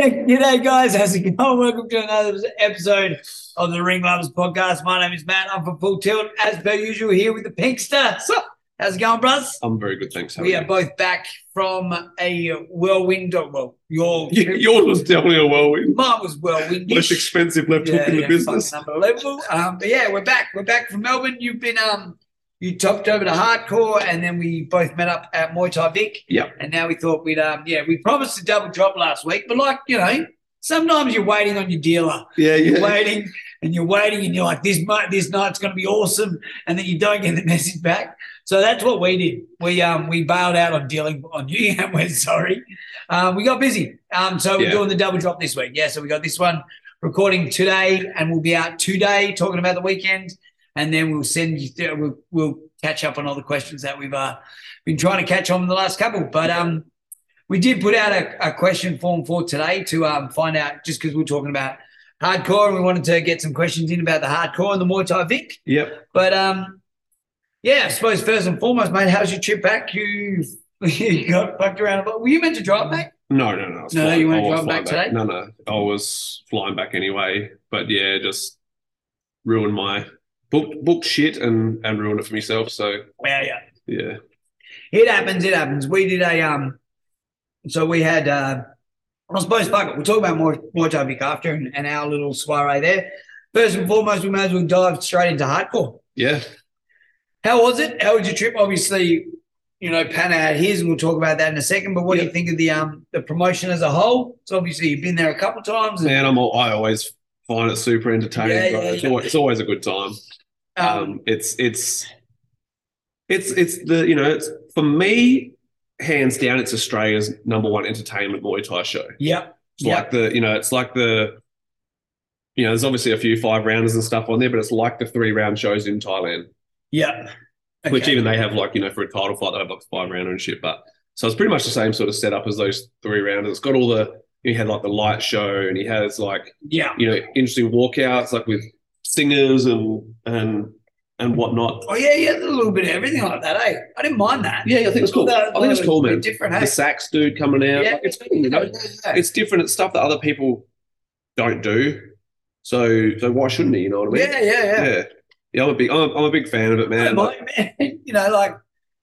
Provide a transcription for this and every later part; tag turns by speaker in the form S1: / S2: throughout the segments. S1: G'day, guys. How's it going? Welcome to another episode of the Ring Lovers Podcast. My name is Matt. I'm from Full Tilt, as per usual, here with the Pinkster. So, how's it going, bros?
S2: I'm very good, thanks. How
S1: We
S2: are
S1: are
S2: you?
S1: both back from a whirlwind. Of, well, your
S2: Yeah, yours was definitely a whirlwind.
S1: mine was whirlwind.
S2: Most expensive left hook in the business.
S1: Unbelievable. Um, but yeah, we're back. We're back from Melbourne. You've been um, you topped over to hardcore, and then we both met up at Muay Thai Vic.
S2: Yep.
S1: And now we thought we'd um, yeah, we promised a double drop last week, but like you know, sometimes you're waiting on your dealer.
S2: Yeah,
S1: You're
S2: yeah.
S1: waiting and you're waiting and you're like, this night, this night's going to be awesome, and then you don't get the message back. So that's what we did. We um we bailed out on dealing on you, and we're sorry. Um, we got busy. Um, so we're
S2: Yeah.
S1: doing the double drop this week. Yeah, so we got this one recording today, and we'll be out today talking about the weekend, and then we'll send you. Th- we'll, we'll catch up on all the questions that we've uh, been trying to catch on in the last couple, but um. We did put out a, a question form for today to um, find out just because we're talking about hardcore and we wanted to get some questions in about the hardcore and the Muay Thai Vic.
S2: Yep.
S1: But um, yeah, I suppose first and foremost, mate, how's your trip back? You you got fucked around a bit. Were you meant to drive, mate?
S2: No, no, no. it's
S1: No,
S2: fine.
S1: you weren't
S2: I was
S1: driving
S2: flying
S1: back today?
S2: No, no. I was flying back anyway. But yeah, just ruined my book book shit and and ruined it for myself. So
S1: Well, yeah.
S2: yeah.
S1: It happens. It happens. We did a um, so we had uh, I suppose fuck it. We'll talk about more more Thai Vic after and, and our little soiree there. First and foremost, we may as well dive straight into hardcore.
S2: Yeah.
S1: How was it? How was your trip? Obviously, you know, Pan had his, and we'll talk about that in a second. But what do you
S2: Yep.
S1: think of the um the promotion as a whole? So obviously you've been there a couple times. And,
S2: Man, I'm all, I always find it super entertaining,
S1: Yeah,
S2: bro.
S1: yeah,
S2: It's,
S1: yeah.
S2: always, it's always a good time.
S1: um,
S2: um, it's it's it's it's the you know it's for me hands down it's Australia's number one entertainment Muay Thai show.
S1: yep.
S2: It's
S1: Yeah.
S2: like the you know it's like the you know there's obviously a few five rounders and stuff on there, but it's like the three round shows in Thailand,
S1: Yep. Okay.
S2: which even they have like you know for a title fight they have like five rounder and shit. But so it's pretty much the same sort of setup as those three rounders. It's got all the he had like the light show and he has like
S1: yeah.
S2: you know interesting walkouts like with singers and and and whatnot.
S1: Oh yeah, yeah, a little bit of everything like that. Hey, I didn't mind that.
S2: Yeah, yeah, I think it's cool.
S1: That-
S2: I think it's cool,
S1: that
S2: man.
S1: was Different. Hey?
S2: The sax dude coming out,
S1: Yeah,
S2: like, it's cool. You know?
S1: yeah,
S2: It's different. It's stuff that other people don't do. So, so why shouldn't he? You know what I mean?
S1: yeah, yeah, yeah. yeah.
S2: yeah. Yeah, I'm a big, I'm, I'm a big fan of it, man. Like,
S1: Like, man, you know, like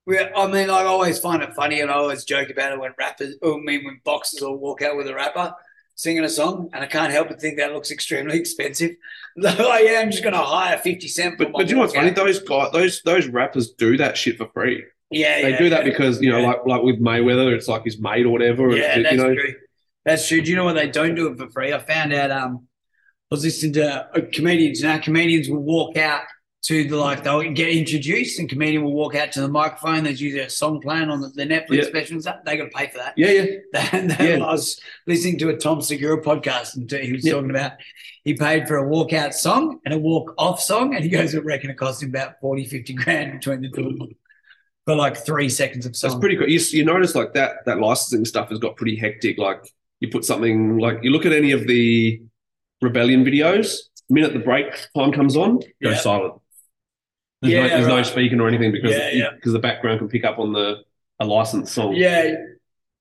S1: we I mean, I always find it funny and I always joke about it when rappers I mean when boxers all walk out with a rapper singing a song and I can't help but think that looks extremely expensive. Like, oh yeah, I'm just gonna hire fifty cent for
S2: but,
S1: my
S2: but do you know what's funny?
S1: walkout.
S2: Those guys, those those rappers do that shit for free.
S1: Yeah,
S2: They
S1: yeah,
S2: do that
S1: yeah.
S2: because you know,
S1: Yeah.
S2: like like with Mayweather, it's like his mate or whatever.
S1: Yeah,
S2: it's,
S1: that's
S2: you know,
S1: true. That's true. Do you know what they don't do it for free? I found out um I was listening to uh, comedians. Now comedians will walk out to the like they'll get introduced and comedian will walk out to the microphone. There's usually a song playing on the, the Netflix
S2: Yeah.
S1: specials. They gotta pay for that.
S2: yeah, yeah,
S1: And then
S2: Yeah.
S1: I was listening to a Tom Segura podcast, and he was
S2: Yeah.
S1: talking about he paid for a walkout song and a walk off song, and he goes, "I reckon it cost him about 40, 50 grand between the two of them for like three seconds of
S2: that's
S1: song."
S2: pretty cool. You, you notice like that that licensing stuff has got pretty hectic. Like you put something like you look at any of the rebellion videos. Minute the break time comes on, go
S1: Yeah.
S2: silent. There's,
S1: Yeah,
S2: no, there's no
S1: right.
S2: speaking or anything because
S1: Yeah, yeah.
S2: because the background can pick up on the a licensed song.
S1: yeah,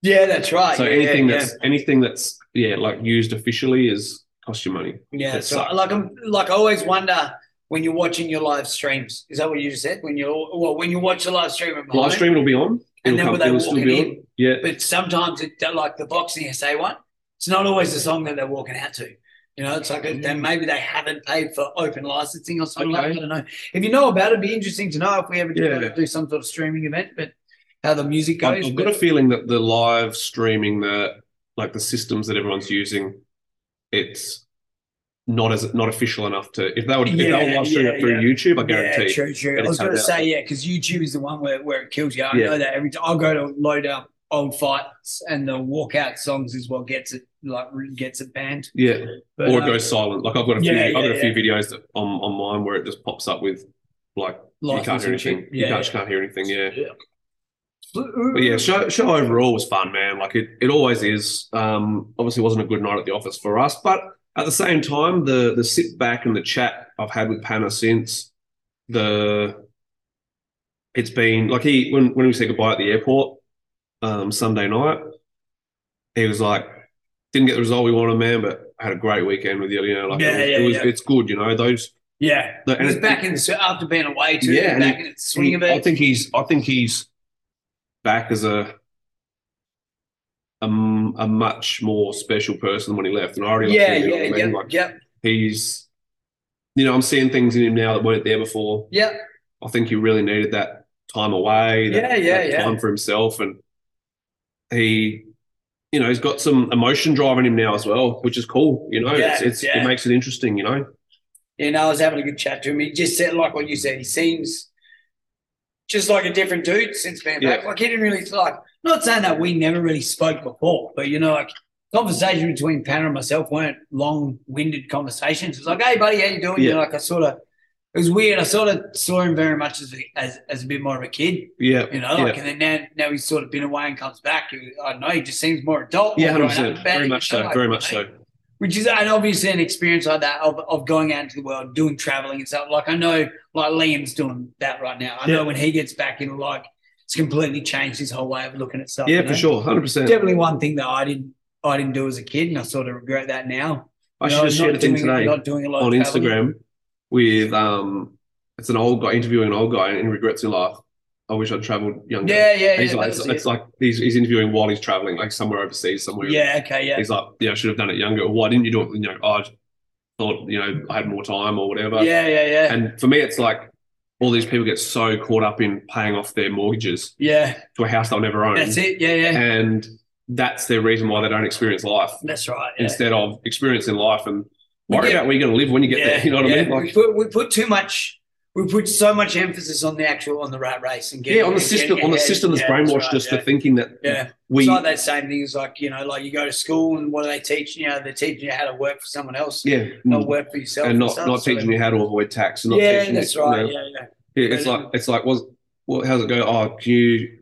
S1: yeah, that's right.
S2: So
S1: Yeah,
S2: anything
S1: yeah,
S2: that's anything that's yeah like used officially is cost you money.
S1: yeah,
S2: that
S1: that's right. Like I'm like I always wonder when you're watching your live streams. Is that what you just said? When you're well, when you watch the live stream at
S2: Live
S1: Mahoney,
S2: stream will be on.
S1: And
S2: It'll
S1: then
S2: come.
S1: will they
S2: It'll
S1: walk
S2: still
S1: it
S2: be
S1: in?
S2: on. Yeah,
S1: but sometimes it like the boxing SA one, it's not always the song that they're walking out to. You know, it's like a, then maybe they haven't paid for open licensing or something.
S2: Mm.
S1: Like,
S2: Okay.
S1: that. I don't know. If you know about it, it'd be interesting to know if we ever do,
S2: Yeah.
S1: do some sort of streaming event, but how the music
S2: I've,
S1: goes.
S2: I've got a feeling that the live streaming, the like the systems that everyone's using, it's not as not official enough to. If they would, if they
S1: Yeah,
S2: were live streaming
S1: yeah,
S2: it through
S1: yeah.
S2: YouTube, I
S1: yeah,
S2: guarantee.
S1: true, true. I
S2: it'll
S1: was going to
S2: cut it out.
S1: say, yeah, because YouTube is the one where, where it kills you. I
S2: Yeah.
S1: know that every time I go to load up old fights and the walkout songs is what gets it like really gets it banned.
S2: Yeah.
S1: But,
S2: or it
S1: um,
S2: goes silent. Like I've got a few,
S1: yeah,
S2: I've got
S1: yeah,
S2: a few videos that on, on mine where it just pops up with like you can't
S1: license
S2: hear
S1: and shit.
S2: anything. you
S1: Yeah,
S2: can't, just can't hear anything. Yeah.
S1: yeah.
S2: But yeah, show show overall was fun, man. Like it, it always is. Um, obviously, wasn't a good night at the office for us, but at the same time, the the sit back and the chat I've had with Panna since the it's been like he when when we said goodbye at the airport um, Sunday night, he was like, didn't get the result we wanted, man, but I had a great weekend with you. You know, like
S1: Yeah,
S2: it,
S1: yeah,
S2: was,
S1: yeah.
S2: it's good. You know, those
S1: Yeah,
S2: No, and
S1: he's
S2: it-
S1: back in the, after being away too.
S2: Yeah, and
S1: back in the swing of it.
S2: I think he's. I think he's back as a um a much more special person than when he left, and I already
S1: yeah,
S2: like him, you know what
S1: yeah,
S2: I
S1: yep,
S2: mean? Like
S1: yep,
S2: he's, you know, I'm seeing things in him now that weren't there before.
S1: yep.
S2: I think he really needed that time away, that,
S1: Yeah, yeah,
S2: that
S1: yeah.
S2: time for himself, and he, you know, he's got some emotion driving him now as well, which is cool. You know, it's,
S1: Yeah,
S2: it's
S1: yeah.
S2: it makes it interesting. You know,
S1: Yeah, no, I was having a good chat to him. He just said, like what you said, he seems just like a different dude since being back. Like he didn't really like. Not saying that we never really spoke before, but you know, like conversation between Pan and myself weren't long-winded conversations. It was like, hey, buddy, how you doing? You
S2: Yeah.
S1: know, like I sort of. It was weird. I sort of saw him very much as, a- as as a bit more of a kid,
S2: yeah,
S1: you know. Like, and then now now he's sort of been away and comes back. He- I don't know he just seems more adult.
S2: yeah,
S1: more
S2: hundred
S1: grown
S2: percent,
S1: up about
S2: very
S1: it,
S2: much
S1: you know,
S2: so,
S1: like,
S2: very
S1: you
S2: much
S1: know?
S2: so.
S1: which is and obviously an experience like that of, of going out into the world, doing traveling and stuff. Like I know, like Liam's doing that right now. I know when he gets back, it'll like it's completely changed his whole way of looking at stuff.
S2: Yeah,
S1: you
S2: for
S1: know?
S2: sure, hundred percent.
S1: Definitely one thing that I didn't I didn't do as a kid, and I sort of regret that now.
S2: I
S1: You
S2: should
S1: know,
S2: just
S1: not
S2: share the thing
S1: doing-
S2: today.
S1: Not doing a lot
S2: on
S1: of traveling.
S2: Instagram with um, it's an old guy interviewing an old guy and he regrets in life. I wish I'd travelled younger.
S1: Yeah, yeah, yeah.
S2: And he's like,
S1: that
S2: it's,
S1: was
S2: it's
S1: it.
S2: like he's, he's interviewing while he's travelling, like somewhere overseas, somewhere.
S1: yeah, okay, yeah,
S2: He's like, yeah, I should have done it younger. Why didn't you do it? You know, "Oh, I thought you know I had more time or whatever.
S1: yeah, yeah, yeah,
S2: And for me, it's like all these people get so caught up in paying off their mortgages
S1: yeah.
S2: to a house they'll never own,
S1: That's it. Yeah, yeah.
S2: and that's their reason why they don't experience life
S1: That's right. Yeah.
S2: instead of experiencing life and worry
S1: Yeah.
S2: about where you're going to live when you get there. You know what I mean?
S1: yeah.
S2: Like,
S1: we, put, we put too much. We put so much emphasis on the actual on the rat race and getting,
S2: yeah, on the
S1: and
S2: system,
S1: getting
S2: on the
S1: ahead.
S2: system that's
S1: Yeah,
S2: brainwashed
S1: right,
S2: us
S1: yeah.
S2: to thinking that
S1: Yeah,
S2: we,
S1: it's like that same thing as like you know, like you go to school and what do they teach you? You know, they're teaching you how to work for someone else,
S2: yeah, mm,
S1: not work for yourself,
S2: and not
S1: stuff,
S2: not
S1: so-
S2: teaching you how to avoid tax, and not
S1: yeah,
S2: teaching you-
S1: that's
S2: you
S1: right.
S2: know,
S1: yeah, yeah.
S2: yeah, it's
S1: And-
S2: like it's like was well, how's it go? Oh, can you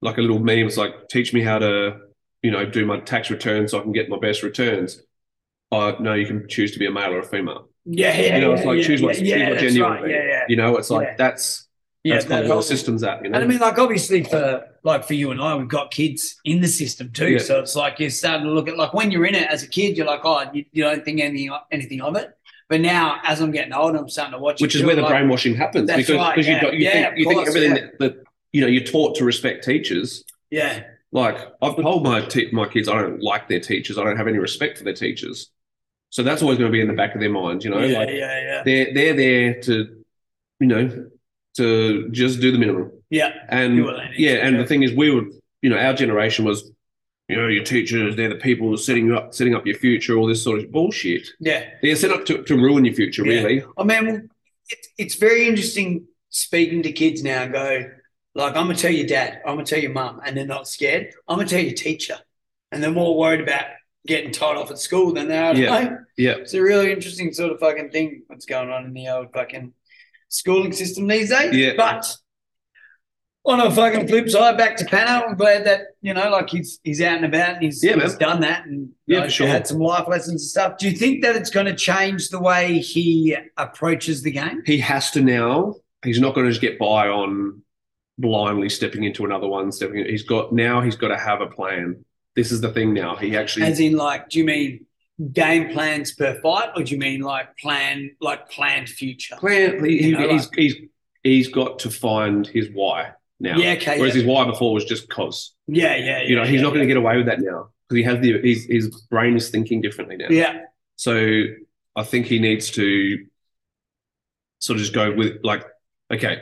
S2: like a little meme? It's like teach me how to you know do my tax returns so I can get my best returns. Uh, no, you can choose to be a male or a female.
S1: Yeah, yeah,
S2: You know,
S1: yeah,
S2: it's like
S1: yeah,
S2: choose what,
S1: yeah,
S2: choose
S1: yeah,
S2: what
S1: that's
S2: gender you
S1: right,
S2: want to be.
S1: Yeah, yeah,
S2: You know, it's like
S1: Yeah.
S2: that's
S1: yeah.
S2: that's kind
S1: that
S2: of where the
S1: whole-
S2: system's at. You know,
S1: And I mean, like obviously for like for you and I, we've got kids in the system too.
S2: Yeah.
S1: So it's like you're starting to look at like when you're in it as a kid, you're like, oh, you, you don't think anything anything of it. But now, as I'm getting older, I'm starting to watch.
S2: which
S1: it
S2: is
S1: too,
S2: where the
S1: like,
S2: brainwashing happens
S1: That's
S2: because
S1: right,
S2: because
S1: yeah.
S2: you got you
S1: Yeah, of
S2: think you
S1: course,
S2: think everything
S1: yeah.
S2: that, that you know you're taught to respect teachers.
S1: Yeah,
S2: Like I've told my te- my kids, I don't like their teachers. I don't have any respect for their teachers. So that's always going to be in the back of their mind, you know.
S1: yeah,
S2: like
S1: yeah, yeah,
S2: they're they're there to, you know, to just do the minimum.
S1: yeah.
S2: And
S1: You will, and it's-
S2: yeah, and the thing is, we would, you know, our generation was, you know, your teachers, they're the people who's setting you up, setting up your future, all this sort of bullshit.
S1: yeah.
S2: They're set up to, to ruin your future,
S1: Yeah.
S2: really.
S1: I mean, well, it, it's very interesting speaking to kids now. and Go like, I'm gonna tell your dad, I'm gonna tell your mum, and they're not scared. I'm gonna tell your teacher, and they're more worried about getting tied off at school than they are at
S2: Yeah.
S1: home.
S2: Yeah,
S1: It's a really interesting sort of fucking thing that's going on in the old fucking schooling system these days.
S2: Yeah.
S1: But on a fucking flip side, back to Pano, I'm glad that you know, like he's he's out and about and he's,
S2: Yeah, man.
S1: he's done that and you
S2: Yeah,
S1: know,
S2: for sure.
S1: had some life lessons and stuff. Do you think that it's going to change the way he approaches the game?
S2: he has to now. He's not going to just get by on blindly stepping into another one. Stepping, he's got now. He's got to have a plan. This is the thing now. He actually
S1: As in, like, do you mean game plans per fight, or do you mean like plan like planned future?
S2: plan. He,
S1: You know,
S2: he's, he's he's got to find his why now.
S1: Yeah, okay.
S2: Whereas
S1: yeah.
S2: his why before was just cause.
S1: yeah, yeah,
S2: You know,
S1: yeah,
S2: he's
S1: yeah,
S2: not going to get away with that now because he has the his his brain is thinking differently now.
S1: Yeah,
S2: So I think he needs to sort of just go with like, okay,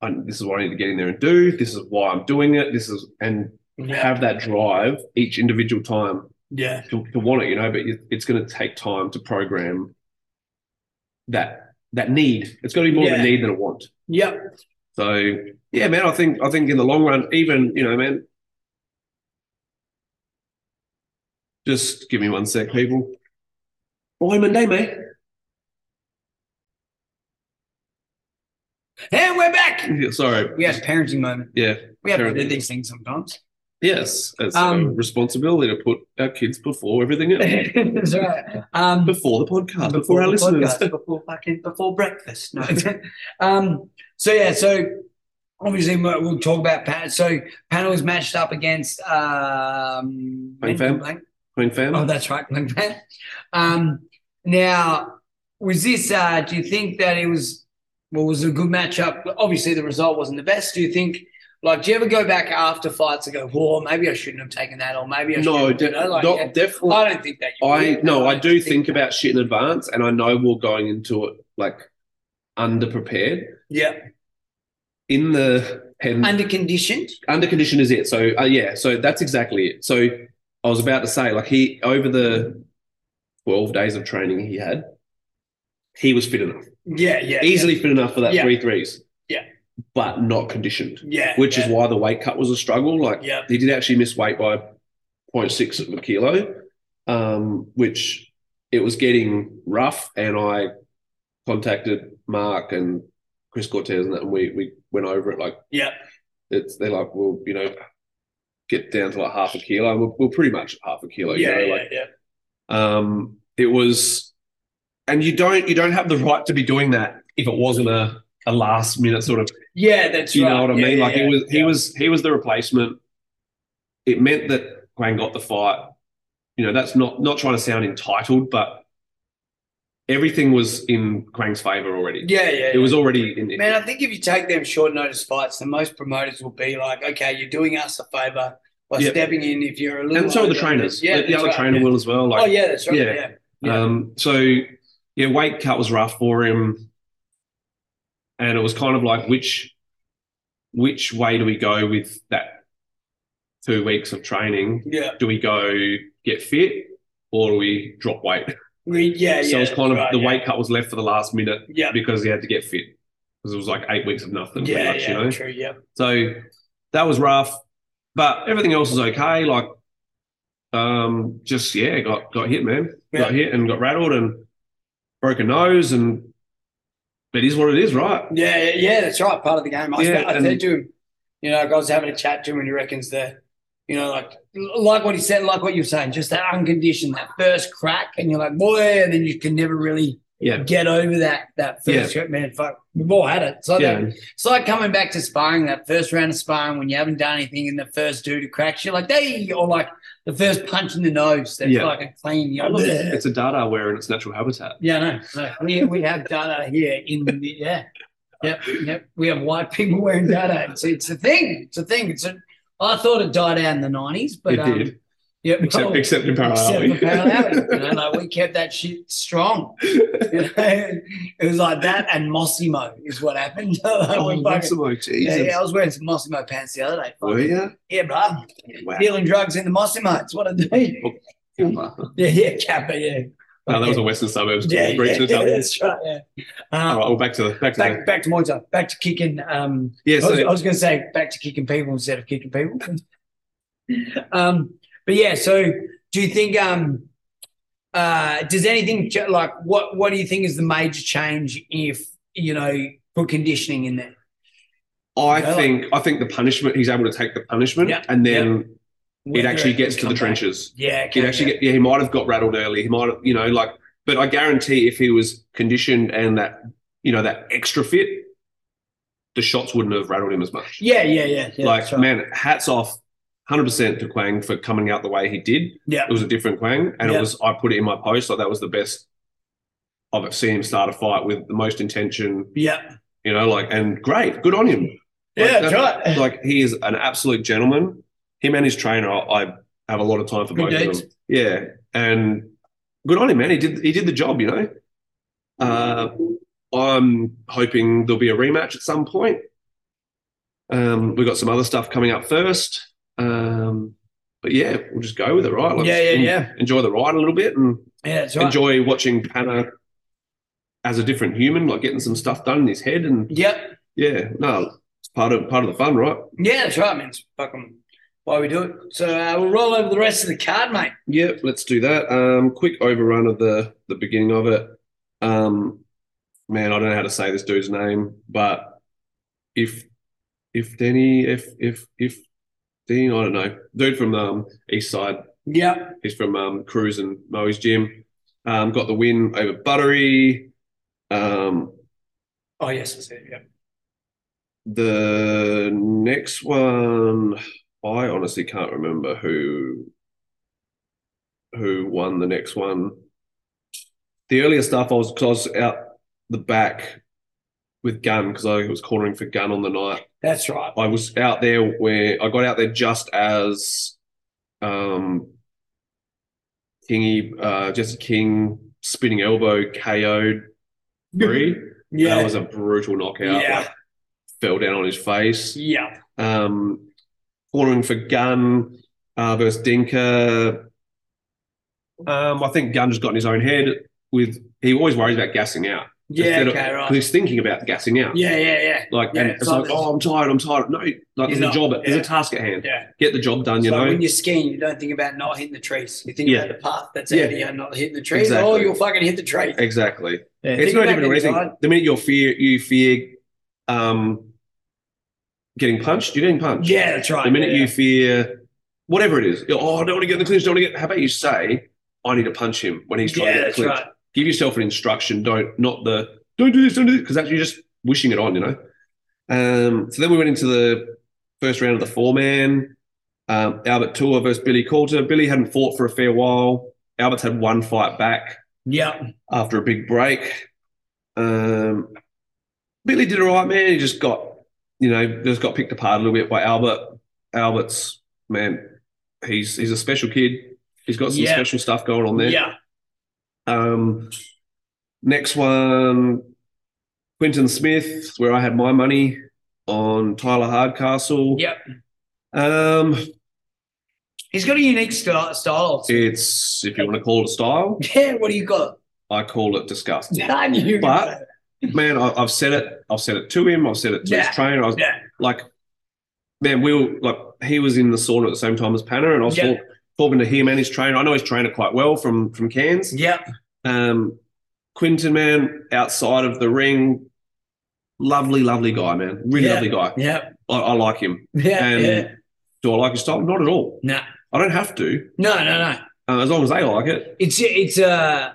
S2: I, this is what I need to get in there and do. This is why I'm doing it. This is and
S1: yeah,
S2: have that drive each individual time
S1: yeah,
S2: to, to want it, you know, but it- it's going to take time to program that that need. It's going to be more of
S1: Yeah.
S2: a need than a want.
S1: yeah.
S2: So yeah, man, I think I think in the long run, even you know, man, Just give me one sec, people. Why Monday, mate?
S1: And we're back.
S2: Yeah, Sorry.
S1: We have parenting moment.
S2: Yeah.
S1: We have to
S2: Parenting.
S1: do these things sometimes.
S2: Yes. It's a
S1: Um,
S2: responsibility to put our kids before everything else.
S1: That's right. Um,
S2: Before the podcast, before, our listeners.
S1: podcast, before fucking before breakfast. No. um. So yeah. So obviously we'll we'll talk about pan- so panel was matched up against um.
S2: Blank Fam?
S1: Blank-
S2: Queen fan.
S1: Oh, that's right, Blank Fam. Um. Now, was this? Uh, do you think that it was? Well, was it a good matchup. Obviously, the result wasn't the best. Do you think? Like, do you ever go back after fights and go, "Whoa, maybe I shouldn't have taken that," or maybe I should?
S2: no,
S1: have,"
S2: de-
S1: you know, like,
S2: not-
S1: yeah.
S2: definitely.
S1: I don't think that. You
S2: I
S1: would.
S2: no, I do think
S1: that-
S2: about shit in advance, and I know we're going into it like underprepared.
S1: Yeah,
S2: In the pen,
S1: under conditioned.
S2: under condition is it. So uh, yeah, so that's exactly it. So I was about to say, like he over the twelve days of training he had, he was fit enough,
S1: Yeah, yeah,
S2: easily fit enough for that
S1: Yeah.
S2: three threes.
S1: Yeah.
S2: but not conditioned,
S1: yeah, yeah,
S2: which
S1: yeah.
S2: is why the weight cut was a struggle. Like
S1: Yeah,
S2: he did actually miss weight by 0.6 of a kilo, um, which it was getting rough. And I contacted Mark and Chris Cortez, and, that, and we we went over it. Like,
S1: yeah,
S2: it's they're like, well, you know, get down to like half a kilo. And we're, we're pretty much at half a kilo.
S1: yeah,
S2: you know,
S1: yeah,
S2: like
S1: yeah.
S2: um, it was, and you don't you don't have the right to be doing that if it wasn't a a last minute sort of
S1: Yeah, that's
S2: do you
S1: right.
S2: know what I
S1: Yeah,
S2: mean?
S1: yeah,
S2: Like
S1: yeah,
S2: it was he
S1: yeah.
S2: was he was the replacement. It meant that Quang got the fight. You know, that's not not trying to sound entitled, but everything was in Quang's favor already.
S1: Yeah, yeah.
S2: It was already in. in-
S1: Man, I think if you take them short notice fights, then most promoters will be like, okay, you're doing us a favor by
S2: Yeah.
S1: stepping in if you're a little.
S2: and so were the
S1: under-
S2: trainers.
S1: Yeah,
S2: the, the
S1: that's
S2: other
S1: right,
S2: trainer
S1: yeah.
S2: will as well. Like,
S1: oh yeah, that's right.
S2: Yeah.
S1: Yeah, yeah.
S2: Um, so yeah, weight cut was rough for him, and it was kind of like which which way do we go with that two weeks of training?
S1: yeah,
S2: do we go get fit or do we drop weight?
S1: We- yeah, yeah.
S2: so it's kind of
S1: right,
S2: the
S1: yeah.
S2: weight cut was left for the last minute
S1: Yeah,
S2: because he had to get fit because it was like eight weeks of nothing. pretty
S1: yeah,
S2: much,
S1: yeah.
S2: you know?
S1: True. Yeah.
S2: So that was rough, but everything else was okay. Like, um, just yeah, got got hit, man. Got hit and got rattled and broke a nose and. It is what it is, right?
S1: Yeah, yeah, yeah, that's right. Part of the game. I,
S2: Yeah,
S1: sp- I
S2: and-
S1: said to him, you know, like I was having a chat to him, and he reckons that, you know, like like what he said, like what you're saying, just that unconditioned, that first crack, and you're like, boy, and then you can never really
S2: Yeah.
S1: get over that that
S2: Yeah.
S1: first yeah. man. Fuck, we've all had it. So
S2: yeah,
S1: that, it's like coming back to sparring, that first round of sparring when you haven't done anything, and the first dude who cracks you, like they or like the first punch in the nose, that's
S2: Yeah.
S1: like a clean. You're
S2: Look,
S1: like,
S2: it's,
S1: "Bleh."
S2: it's a dada wear in its natural habitat.
S1: Yeah, no, no. We, we have data here in the, yeah. Yep, yep. We have white people wearing data. It's, it's a thing. It's a thing. It's a, I thought it died out in the 90s, but.
S2: it
S1: um,
S2: did,
S1: Yep.
S2: except
S1: oh,
S2: except in
S1: except for
S2: Paralawi.
S1: Parallel. you know, like we kept that shit strong. You know? It was like that and Mossimo is what happened. Like, we
S2: oh,
S1: fucking-
S2: Maximo,
S1: yeah,
S2: Jesus.
S1: yeah, I was wearing some Mossimo pants the other day.
S2: Were
S1: Fucking-
S2: ya?
S1: Yeah, bro.
S2: Wow.
S1: Dealing drugs in the Mossimo. It's what I do.
S2: No,
S1: Yeah, yeah, Kappa, yeah.
S2: Oh. that was a Western suburbs.
S1: yeah, yeah,
S2: Breach and
S1: yeah,
S2: Italian.
S1: that's right. Yeah.
S2: All
S1: Um,
S2: right, well, back to the back to
S1: back
S2: the
S1: back to Muay Thai, back to kicking. Um,
S2: yeah.
S1: I was, I
S2: So
S1: was going to say back to kicking people instead of kicking people. um, but yeah, so do you think? Um, uh, does anything ch- like what? What do you think is the major change if you know put conditioning in there?
S2: I
S1: Yeah.
S2: think I think the punishment he's able to take the punishment,
S1: Yeah.
S2: and then it
S1: Whether
S2: actually gets to
S1: can
S2: the
S1: come back.
S2: trenches.
S1: Yeah,
S2: He'd actually get yeah. He might have got rattled early. He might have you know like, but I guarantee if he was conditioned and that you know that extra fit, the shots wouldn't have rattled him as much.
S1: Yeah, yeah, yeah. yeah
S2: like
S1: that's right.
S2: man, hats off. 100% to Quang for coming out the way he did.
S1: yeah,
S2: It was a different Quang. And
S1: Yeah.
S2: it was, I put it in my post, like that was the best I've seen him start a fight with the most intention,
S1: yeah,
S2: you know, like, and great, good on him. Like,
S1: yeah. That's right.
S2: Like, he is an absolute gentleman. Him and his trainer, I, I have a lot of time for
S1: Good
S2: both
S1: dudes.
S2: of them. Yeah, and good on him, man. He did he did the job, you know. Uh, I'm hoping there'll be a rematch at some point. Um, we've got some other stuff coming up first, um, but yeah, we'll just go with it, right? Like,
S1: Yeah, yeah,
S2: en-
S1: yeah.
S2: Enjoy the ride a little bit and
S1: Yeah, that's right.
S2: enjoy watching Panna as a different human, like getting some stuff done in his head and
S1: Yep.
S2: yeah, no, it's part of part of the fun, right?
S1: Yeah, that's right, man. It's fucking why we do it. So uh, we'll roll over the rest of the card, mate.
S2: Yep, let's do that. Um, quick overrun of the the beginning of it. Um, man, I don't know how to say this dude's name, but if if Denny, if if if Dean, I don't know, dude from um East Side,
S1: Yep.
S2: he's from um Cruise and Moe's gym. Um, got the win over Buttery. Um,
S1: Oh yes, I see. it, Yep.
S2: The next one, I honestly can't remember who who won the next one. The earlier stuff, I was because I was out the back with Gun because I was cornering for Gun on the night.
S1: That's right.
S2: I was out there where I got out there just as um Kingy, uh, Jesse King spinning elbow KO'd Bree.
S1: Yeah.
S2: That was a brutal knockout.
S1: Yeah.
S2: Like, fell down on his face.
S1: yeah.
S2: Um, cornering for Gun uh, versus Dinka. Um, I think Gun just got in his own head with he always worries about gassing out.
S1: Yeah.
S2: Instead of-
S1: Okay. Right.
S2: 'cause he's thinking about gassing out.
S1: Yeah. Yeah. Yeah.
S2: Like
S1: Yeah,
S2: and it's,
S1: it's like
S2: like, oh, I'm tired, I'm tired. No, like
S1: He's
S2: there's a
S1: not,
S2: job, there's
S1: yeah.
S2: a task at hand.
S1: Yeah.
S2: Get the job done,
S1: It's
S2: you
S1: like
S2: know.
S1: when you're skiing, you don't think about not hitting the trees. You think
S2: Yeah.
S1: about the path that's
S2: Yeah.
S1: ahead of you and not hitting the trees.
S2: Exactly.
S1: Oh, you'll fucking hit the trees.
S2: exactly.
S1: Yeah,
S2: it's
S1: think
S2: not
S1: about
S2: even
S1: getting
S2: anything.
S1: tired.
S2: The minute you fear, you fear, um, getting punched. You're getting punched.
S1: Yeah, that's right.
S2: The minute
S1: yeah.
S2: you fear whatever it is, you're, oh, I don't want to get in the clinch. Don't want to get. How about you say, I need to punch him when he's trying
S1: yeah,
S2: to get in the
S1: that's
S2: clinch.
S1: right.
S2: Give yourself an instruction. Don't not the don't do this, don't do this, because that's you're just wishing it on, you know. Um, so then we went into the first round of the four man. Um, Albert Tua versus Billy Coulter. Billy hadn't fought for a fair while. Albert's had one fight back
S1: Yeah.
S2: after a big break. Um, Billy did all right, man. He just got, you know, just got picked apart a little bit by Albert. Albert's man, he's he's a special kid. He's got some
S1: Yeah.
S2: special stuff going on there.
S1: Yeah.
S2: Um, next one, Quinton Smith, where I had my money on Tyler Hardcastle.
S1: Yep.
S2: Um,
S1: He's got a unique style. style.
S2: it's if you want to call it a style,
S1: Yeah. What do you got?
S2: I call it disgust.
S1: I knew you were
S2: But-
S1: gonna say
S2: man, I, I've said it. I've said it to him. I've said it to
S1: Yeah.
S2: his trainer. I was
S1: that. yeah.
S2: like, man, we were like, he was in the sauna at the same time as Panna, and I was
S1: Yeah.
S2: talk, talking to him and his trainer. I know his trainer quite well from from Cairns.
S1: Yep.
S2: Um, Quinton, man, outside of the ring, lovely, lovely guy, man, really
S1: Yeah.
S2: lovely guy.
S1: Yep.
S2: I, I like him.
S1: Yeah.
S2: and
S1: yeah.
S2: do I like his style? Not at all.
S1: No.
S2: I don't have to,
S1: No. No. No.
S2: uh, as long as they like it.
S1: It's it's uh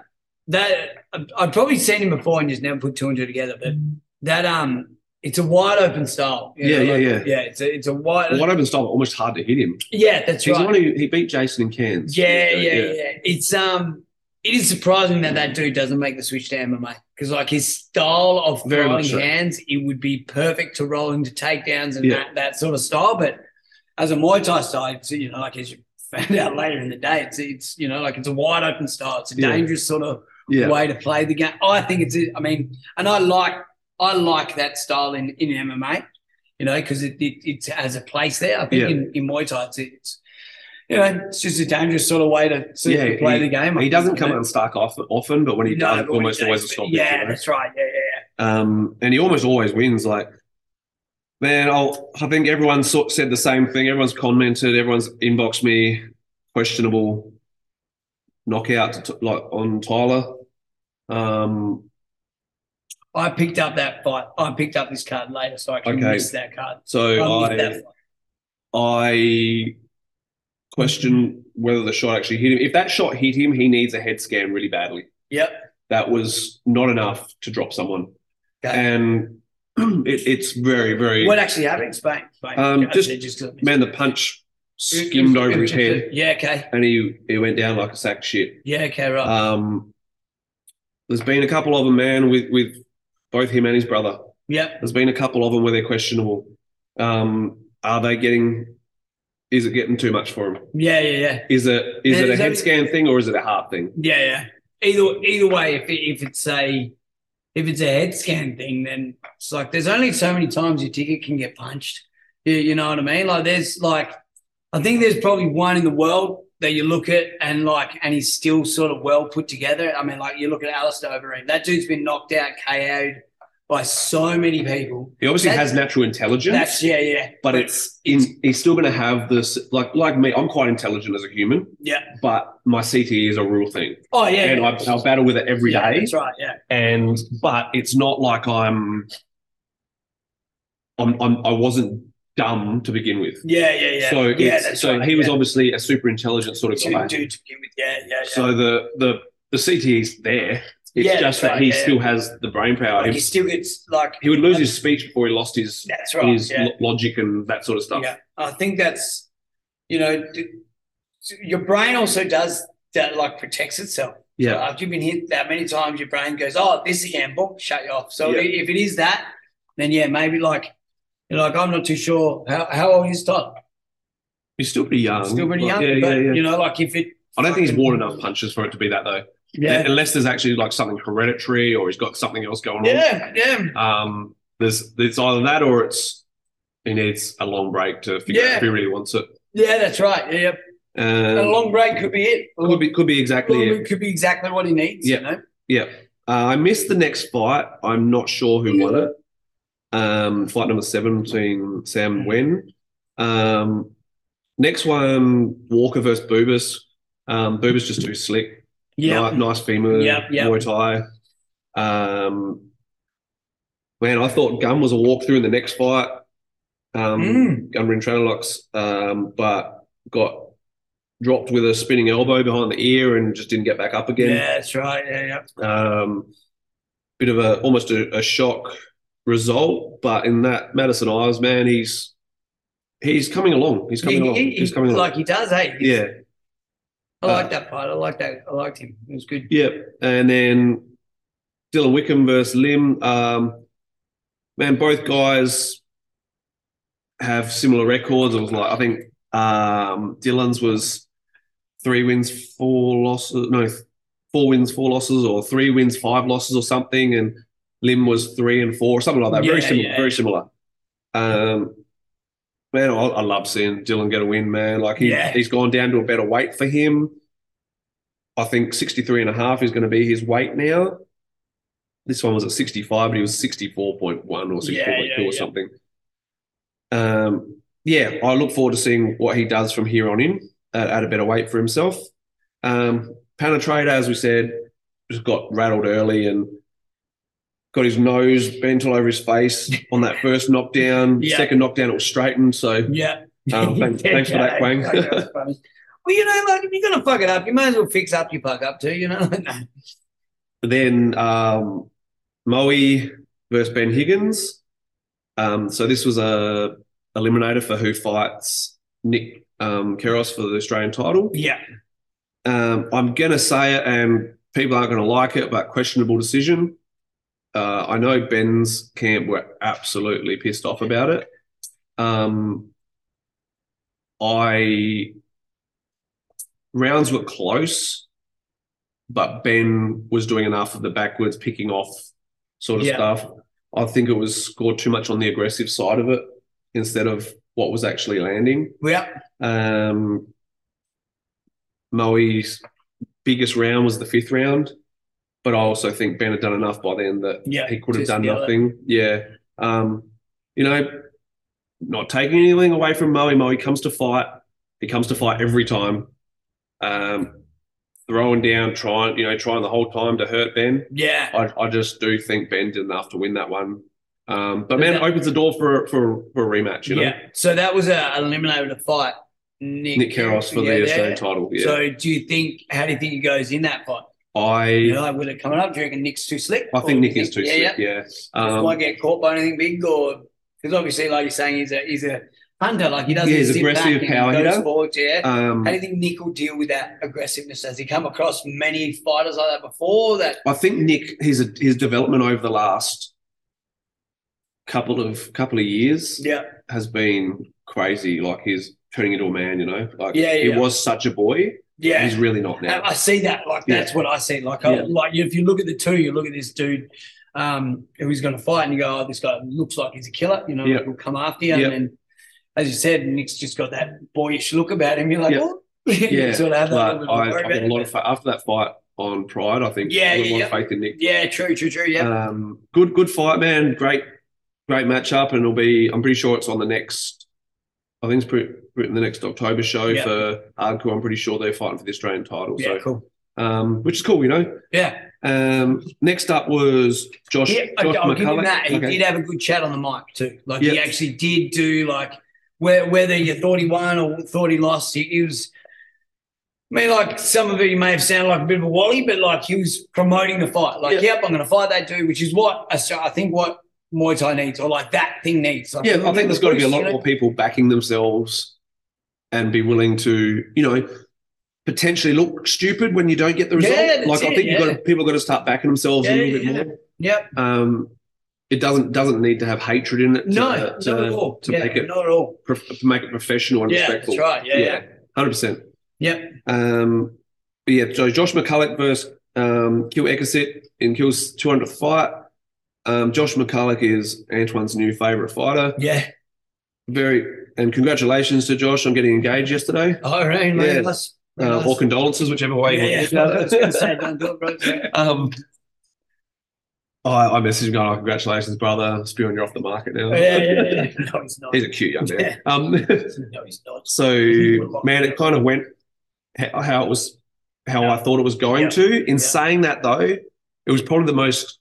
S1: that I've probably seen him before and just never put two and two together, but that um it's a wide open style. you
S2: Yeah,
S1: know,
S2: yeah,
S1: like- yeah. It's a it's a wide.
S2: Wide open style, almost hard to hit him.
S1: Yeah, that's
S2: He's the
S1: right.
S2: one who he beat Jason in Cairns.
S1: Yeah, yeah, yeah, It's um it is surprising that that dude doesn't make the switch to MMA because like his style of
S2: Very
S1: throwing
S2: much so.
S1: hands, it would be perfect to rolling to takedowns and
S2: Yeah.
S1: that that sort of style. But as a Muay Thai style, it's, you know, like as you found out later in the day, it's it's you know like it's a wide open style. It's a
S2: Yeah.
S1: dangerous sort of
S2: yeah.
S1: way to play the game. I think it's. I mean, and I like I like that style in in MMA. You know, because it, it it has a place there. I think
S2: Yeah.
S1: in, in Muay Thai, it's, it's you know it's just a dangerous sort of way to, to
S2: Yeah,
S1: play the game. I
S2: He
S1: think,
S2: doesn't come
S1: you
S2: out
S1: know.
S2: and stark off often, but when he
S1: No,
S2: does,
S1: but when
S2: almost
S1: he
S2: always a
S1: does,
S2: stop.
S1: Yeah, that's right. Yeah, yeah,
S2: Um, and he almost always wins. Like, man, I'll, I think everyone sort said the same thing. Everyone's commented. Everyone's inboxed me. Questionable knockout to, t- like on Tyler. Um,
S1: yeah. I picked up that fight. I picked up this card later, so I can
S2: Okay.
S1: miss that card. I
S2: so
S1: missed
S2: I
S1: that fight.
S2: I question whether the shot actually hit him. If that shot hit him, he needs a head scan really badly.
S1: Yep.
S2: that was not enough to drop someone.
S1: Okay.
S2: And it, it's very, very
S1: What actually happened? Spain. Spain.
S2: Um,
S1: I
S2: just-
S1: said just 'cause I missed
S2: man.
S1: it.
S2: The punch skimmed
S1: It was-
S2: over
S1: it
S2: his
S1: was just a-
S2: head,
S1: Yeah. Okay.
S2: and he he went down like a sack of shit.
S1: Yeah. Okay. Right.
S2: Um, there's been a couple of them, man, with with both him and his brother.
S1: yep.
S2: There's been a couple of them where they're questionable. Um, are they getting? Is it getting too much for him?
S1: Yeah. Yeah. Yeah.
S2: Is it is
S1: Man,
S2: it a
S1: is that-
S2: head scan thing or is it a heart thing?
S1: Yeah, yeah. Either either way, if it, if it's a if it's a head scan thing, then it's like there's only so many times your ticket can get punched. You, you know what I mean? Like there's like I think there's probably one in the world that you look at and like and he's still sort of well put together. I mean, like you look at Alistair Overeem. That dude's been knocked out, KO'd. by so many people.
S2: He obviously
S1: That-
S2: has natural intelligence.
S1: That's yeah, yeah.
S2: but it's in, he's still going to have this like like me. I'm quite intelligent as a human,
S1: Yeah.
S2: but my CTE is a real thing,
S1: Oh yeah.
S2: and
S1: yeah.
S2: I, I battle with it every day.
S1: Yeah, That's right. Yeah.
S2: And but it's not like I'm, I'm, I'm I wasn't dumb to begin with.
S1: Yeah, yeah, yeah.
S2: So
S1: yeah,
S2: it's, so he was obviously a super intelligent sort of guy.
S1: obviously dude to begin with. Yeah, yeah, yeah.
S2: So the the the CTE's there. It's
S1: Yeah,
S2: just
S1: that's
S2: that
S1: right,
S2: he
S1: yeah.
S2: still has the brain power.
S1: like,
S2: he,
S1: he still gets like
S2: he would lose his speech before he lost his
S1: that's right.
S2: his
S1: yeah.
S2: lo- logic and that sort of stuff.
S1: Yeah, I think that's you know d- your brain also does that like protects itself.
S2: Yeah.
S1: So after you've been hit that many times, your brain goes, "Oh, this again, boom, shut you off." So
S2: Yeah.
S1: i- if it is that, then yeah, maybe like you're like I'm not too sure how, how old is Todd.
S2: He's still pretty young.
S1: Still pretty
S2: Like,
S1: young,
S2: Um, Yeah,
S1: but
S2: yeah, yeah.
S1: you know, like if it,
S2: I don't think he's worn enough punches for it to be that though.
S1: yeah,
S2: Unless there's actually like something hereditary or he's got something else going
S1: yeah, yeah.
S2: on. Um there's it's either that or it's he needs a long break to figure out
S1: Yeah.
S2: if he really wants it.
S1: Yeah, that's right. Yeah,
S2: Um,
S1: a long break could be it. A
S2: could be could be
S1: long
S2: exactly it.
S1: break could be exactly what he needs.
S2: Yeah.
S1: You know?
S2: Yeah. Uh, I missed the next fight. I'm not sure who won it. Um, fight number seven between Sam Wen. Um, next one, Walker versus Boobus. Um, Boobus just too slick. Ni- nice femur,
S1: Yep, yep.
S2: Muay Thai. Um, man, I thought Gun was a walkthrough in the next fight. Um,
S1: Mm.
S2: Gunrin Tranalox, um, but got dropped with a spinning elbow behind the ear and just didn't get back up again.
S1: Yeah, that's right. Yeah, yeah.
S2: Um, bit of a almost a, a shock result, but in that Madison Eyes, man, he's he's coming along. He's coming
S1: He-
S2: along.
S1: he-
S2: he's
S1: he-
S2: coming along.
S1: like he does, hey. He's-
S2: yeah.
S1: I like that part. I like that. I liked him. It was good.
S2: Yep. And then Dylan Wickham versus Lim. Um, man, both guys have similar records. It was like I think um, Dylan's was three wins, four losses. No, th- four wins, four losses, or three wins, five losses, or something. And Lim was three and four, something like that. very
S1: Yeah,
S2: similar.
S1: yeah.
S2: Very similar. Um, man, I, I love seeing Dylan get a win. Man, like he,
S1: Yeah.
S2: he's gone down to a better weight for him. I think 63 and a half is going to be his weight now. This one was at 65, but he was 64.1 or 64.2
S1: Yeah, yeah,
S2: or
S1: yeah.
S2: something. Um, yeah, I look forward to seeing what he does from here on in at, at a better weight for himself. Um, Panatrader, as we said, just got rattled early and got his nose bent all over his face on that first knockdown.
S1: Yeah.
S2: Second knockdown, it was straightened. So
S1: Yeah.
S2: Oh, thanks- thanks for that, Quang.
S1: well, you know, like if you're gonna fuck it up, you might as well fix up your fuck up too. You know. No.
S2: then um, Moe versus Ben Higgins. Um, so this was a eliminator for who fights Nick um, Keros for the Australian title.
S1: yeah.
S2: Um, I'm going to say it, and people aren't going to like it, but questionable decision. Uh, I know Ben's camp were absolutely pissed off about it. Um, I rounds were close, but Ben was doing enough of the backwards picking off sort of
S1: Yeah.
S2: stuff. I think it was scored too much on the aggressive side of it instead of what was actually landing.
S1: Yeah.
S2: Um, Moe's biggest round was the fifth round, but I also think Ben had done enough by then that
S1: Yeah.
S2: he could have
S1: Just
S2: done
S1: feel it.
S2: nothing. Yeah. Um, you know, not taking anything away from Moe. Moe comes to fight. He comes to fight every time. Um, throwing down, trying, you know, trying the whole time to hurt Ben.
S1: Yeah.
S2: I, I just do think Ben did enough to win that one. Um, but man,
S1: Yeah.
S2: opens the door for for for a rematch. You know,
S1: yeah. So that was uh, a an eliminator to fight Nick,
S2: Nick Kyrgios for
S1: Yeah,
S2: the
S1: yeah.
S2: Australian title. Yeah.
S1: So do you think? How do you think he goes in that fight?
S2: I
S1: You know, like, will it coming up? Do you reckon Nick's too slick?
S2: I
S1: Or
S2: think
S1: do you
S2: Nick is too
S1: yeah,
S2: slick.
S1: Yeah.
S2: Yeah.
S1: Just
S2: Um,
S1: might get caught by anything big, or because obviously, like you're saying, he's a he's a hunter. Like he doesn't.
S2: Yeah, he's
S1: sit
S2: aggressive
S1: back and
S2: power
S1: goes
S2: hitter.
S1: forward, yeah.
S2: um,
S1: How do you think Nick will deal with that aggressiveness? Has he come across many fighters like that before? That
S2: I think Nick his his development over the last couple of couple of years
S1: yeah,
S2: has been crazy. Like he's turning into a man. You know, like
S1: Yeah,
S2: he
S1: yeah.
S2: was such a boy.
S1: yeah.
S2: He's really not now.
S1: I- I see that. Like
S2: Yeah.
S1: that's what I see. Like,
S2: Yeah.
S1: I, like if you look at the two, you look at this dude um, who's going to fight, and you go, "Oh, this guy looks like he's a killer." You know,
S2: Yeah.
S1: he'll come after you.
S2: Yeah.
S1: And then, as you said, Nick's just got that boyish look about him. You're like,
S2: Yeah.
S1: "Oh." You
S2: Yeah,
S1: sort of have
S2: But
S1: that little bit of
S2: I,
S1: worry
S2: I
S1: about
S2: had a
S1: it.
S2: lot of fun after that fight. on Pride. I think. A
S1: Yeah,
S2: little
S1: yeah,
S2: more faith in Nick.
S1: Yeah, true, true, true. Yeah.
S2: Um, good, good fight, man. Great, great matchup, and it'll be. I'm pretty sure it's on the next. I think it's pretty, in the next October show
S1: Yeah.
S2: for hardcore. I'm pretty sure they're fighting for the Australian title.
S1: yeah,
S2: so,
S1: cool.
S2: um, which is cool, you know.
S1: Yeah.
S2: Um, next up was Josh.
S1: Yeah, I-
S2: Josh
S1: I'll give him
S2: McCulloch.
S1: that. He
S2: Okay.
S1: did have a good chat on the mic too. Like he
S2: Yeah.
S1: actually did do like where, whether you thought he won or thought he lost, he, he was. I mean, like some of it, you may have sounded like a bit of a wally, but like he was promoting the fight. Like, yep, I'm going to fight that dude, which is what I s- I think what Muay Thai needs, or like that thing needs. Like,
S2: Yeah, I think there's got to be a lot
S1: you know?
S2: more people backing themselves and be willing to, you know, potentially look stupid when you don't get the
S1: Yeah,
S2: result.
S1: that's
S2: like I
S1: it,
S2: think you've got
S1: yeah.
S2: to, people got to start backing themselves a
S1: Yeah,
S2: little bit
S1: yeah,
S2: more.
S1: Yep.
S2: Um, it doesn't doesn't need to have hatred in it. To, uh,
S1: No,
S2: to,
S1: not at all.
S2: to
S1: yeah,
S2: make it
S1: not at all.
S2: prof- to make it professional and
S1: Yeah,
S2: respectful.
S1: that's right. Yeah, yeah.
S2: hundred percent.
S1: Yep.
S2: Um, but yeah, so Josh McCulloch versus um, Kill Ekisit in Kill's 200th fight. Um, Josh McCulloch is Antoine's new favorite fighter.
S1: Yeah.
S2: Very and congratulations to Josh on getting engaged yesterday.
S1: All right, man.
S2: Yeah.
S1: Let's,
S2: Uh,
S1: let's-
S2: or condolences, whichever way. you
S1: yeah,
S2: want.
S1: yeah. I was going to say, don't do it, bro.
S2: um, I, I messaged him going, oh, "Congratulations, brother! Spewing you're off the market now."
S1: Yeah, yeah, yeah. No, he's not.
S2: He's a cute young man.
S1: Yeah.
S2: Um,
S1: No, he's not.
S2: so man, it kind of went how, how it was, how I thought it was going
S1: Yeah.
S2: to. In
S1: Yeah.
S2: saying that, though, it was probably the most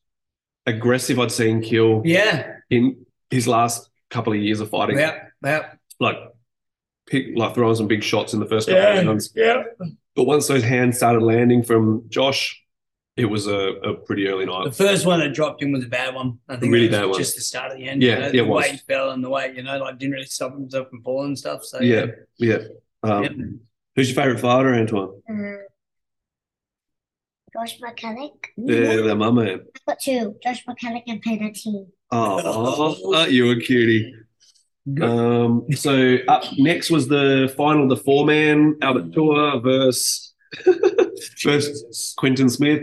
S2: aggressive I'd seen Kill
S1: Yeah,
S2: in his last couple of years of fighting.
S1: yeah, yeah,
S2: Like, pick, like throwing some big shots in the first couple
S1: yeah,
S2: of rounds.
S1: yeah.
S2: But once those hands started landing from Josh, it was a, a pretty early
S1: The
S2: night.
S1: first one that dropped him was a bad one. I think
S2: Really
S1: that was
S2: bad one.
S1: Just the start of the end.
S2: Yeah,
S1: you know,
S2: it
S1: the
S2: was.
S1: way he fell and the way you know, like didn't really stop himself from falling and stuff. So
S2: Yeah, yeah. Um,
S1: Yep.
S2: Who's your favourite fighter, Antoine?
S3: Um, Josh McCulloch.
S2: Yeah, the mum man.
S3: I've got two. Josh McCulloch and Peter T.
S2: Oh, aren't you a cutie? Um, so up next was the final, the four man Albert Tour versus versus Quentin Smith.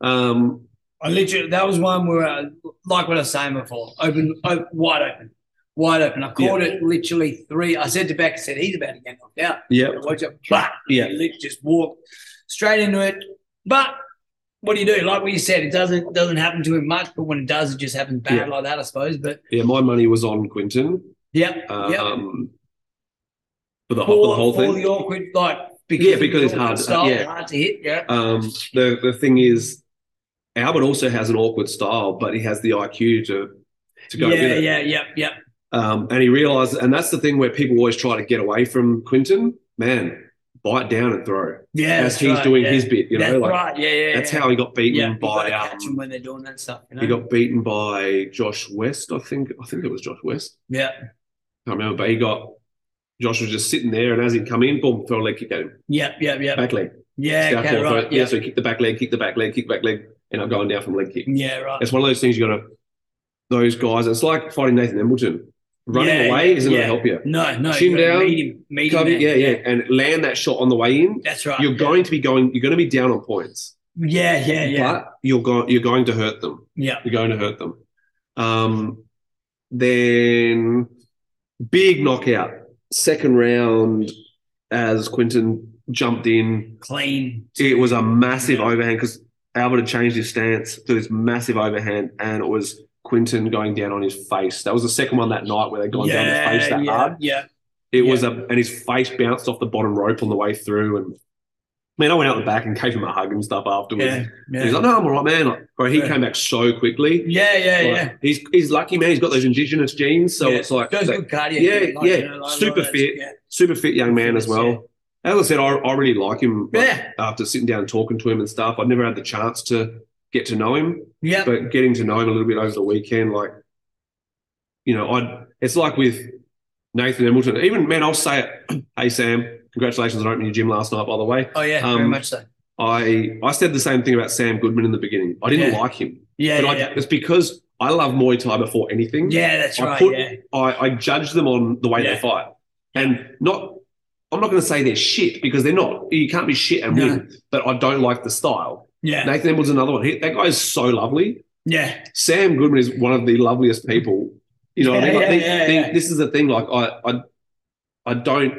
S2: Um,
S1: I literally that was one where, I, like what I was saying before, open, open wide open, wide open. I called it literally three. I said to Beck, I said he's about to get knocked out.
S2: yeah,
S1: Watch it, but
S2: Yeah.
S1: he lit- just walked straight into it. But what do you do? Like what you said, it doesn't doesn't happen to him much, but when it does, it just happens bad like that, I suppose. But
S2: yeah. My money was on Quentin.
S1: yeah,
S2: Um,
S1: yeah.
S2: for the,
S1: for,
S2: whole- the whole
S1: for
S2: thing.
S1: the awkward, like because
S2: Yeah, because it's hard to-
S1: style,
S2: yeah.
S1: hard to hit. Yeah,
S2: Um, the the thing is, Albert also has an awkward style, but he has the IQ to to go
S1: yeah,
S2: with it.
S1: yeah, yeah, yeah.
S2: Um, and he realized, and that's the thing where people always try to get away from Quinton. Man, bite down and throw
S1: Yeah,
S2: as
S1: that's
S2: he's
S1: right,
S2: doing
S1: yeah.
S2: his bit. You know,
S1: that's
S2: like
S1: right. Yeah, yeah.
S2: that's
S1: yeah.
S2: how he got beaten
S1: yeah, you
S2: by.
S1: gotta catch them
S2: Um,
S1: when they're doing that stuff. You know?
S2: he got beaten by Josh West, I think. I think it was Josh West.
S1: yeah,
S2: can't remember, but he got. Josh was just sitting there, and as he'd come in, boom, throw a leg kick at him,
S1: yeah, yeah, yeah,
S2: back leg.
S1: yeah.
S2: Southpaw
S1: Okay,
S2: throw-
S1: right.
S2: yeah,
S1: Yeah,
S2: so he kicked the back leg, kicked the back leg, kicked the back leg, and I'm going down from leg kick.
S1: yeah, right.
S2: It's one of those things you got to those guys. It's like fighting Nathan Embleton. Running
S1: Yeah,
S2: away isn't
S1: yeah.
S2: going to help you.
S1: No, no.
S2: Chin
S1: you gotta
S2: down,
S1: meet him, meet him
S2: Cover-
S1: there.
S2: yeah, yeah, and land that shot on the way in.
S1: That's right.
S2: You're
S1: yeah.
S2: going to be going. You're going to be down on points,
S1: Yeah, yeah, yeah,
S2: but you're going. You're going to hurt them.
S1: yeah.
S2: You're going to hurt them. Um, then big knockout second round as Quinton jumped in.
S1: Clean.
S2: It was a massive overhand because Albert had changed his stance to this massive overhand, and it was Quinton going down on his face. That was the second one that night where they gone down
S1: yeah,
S2: his face that
S1: yeah,
S2: hard.
S1: yeah,
S2: It was a and his face bounced off the bottom rope on the way through. And man, I went out the back and gave him a hug and stuff afterwards.
S1: yeah, yeah,
S2: He's like, "No, I'm all right, man." Like, bro, he
S1: Yeah.
S2: came back so quickly.
S1: yeah, yeah,
S2: Like,
S1: yeah.
S2: He's he's lucky, man. He's got those indigenous genes, so
S1: Yeah.
S2: it's like
S1: Goes
S2: that
S1: good cardio.
S2: yeah,
S1: like,
S2: yeah.
S1: you know, like,
S2: Super
S1: like,
S2: fit.
S1: Yeah,
S2: super fit young man as
S1: Yes,
S2: well. As I said, I, I really like him. like,
S1: yeah,
S2: After sitting down and talking to him and stuff, I never had the chance to get to know him
S1: yeah.
S2: but getting to know him a little bit over the weekend, like, you know, I it's like with Nathan Hamilton. Even man, I'll say it. Hey Sam, congratulations on opening your gym last night. By the way,
S1: oh yeah, very
S2: um,
S1: much so.
S2: I I said the same thing about Sam Goodman in the beginning. I didn't
S1: Yeah.
S2: like him,
S1: Yeah,
S2: but
S1: yeah,
S2: I,
S1: yeah.
S2: it's because I love Muay Thai before anything.
S1: Yeah, that's
S2: I
S1: right.
S2: put-
S1: yeah,
S2: I, I judge them on the way
S1: Yeah.
S2: they fight, and not. I'm not going to say they're shit because they're not. You can't be shit and
S1: No.
S2: win. But I don't like the style.
S1: yeah,
S2: Nathan Hamilton's another one. He, that guy is so lovely.
S1: yeah,
S2: Sam Goodman is one of the loveliest people. You know, what I
S1: Yeah,
S2: mean, like,
S1: yeah,
S2: think-
S1: yeah,
S2: think-
S1: yeah.
S2: this is the thing. Like, I, I, I don't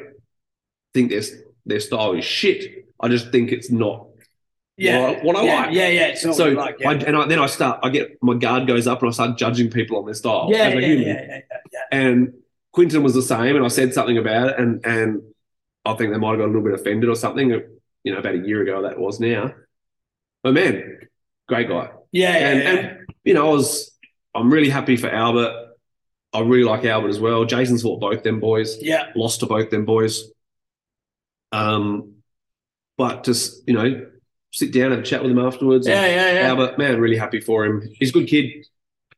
S2: think their their style is shit. I just think it's not
S1: Yeah.
S2: what I, what I
S1: yeah,
S2: like.
S1: Yeah, yeah. It's not
S2: So
S1: what you like. Yeah.
S2: I, and I, then I start, I get my guard goes up and I start judging people on their style
S1: yeah,
S2: as
S1: yeah,
S2: a
S1: yeah,
S2: human.
S1: yeah, yeah, yeah.
S2: And Quinton was the same, and I said something about it, and and I think they might have got a little bit offended or something. uh, You know, about a year ago that was now. But man, great guy.
S1: Yeah, yeah,
S2: and,
S1: yeah.
S2: and you know, I was I'm really happy for Albert. I really like Albert as well. Jason's fought both them boys,
S1: yeah,
S2: lost to both them boys. Um, but just you know, sit down have a chat with him afterwards. and-
S1: yeah, yeah, yeah.
S2: Albert, man, really happy for him. He's a good kid,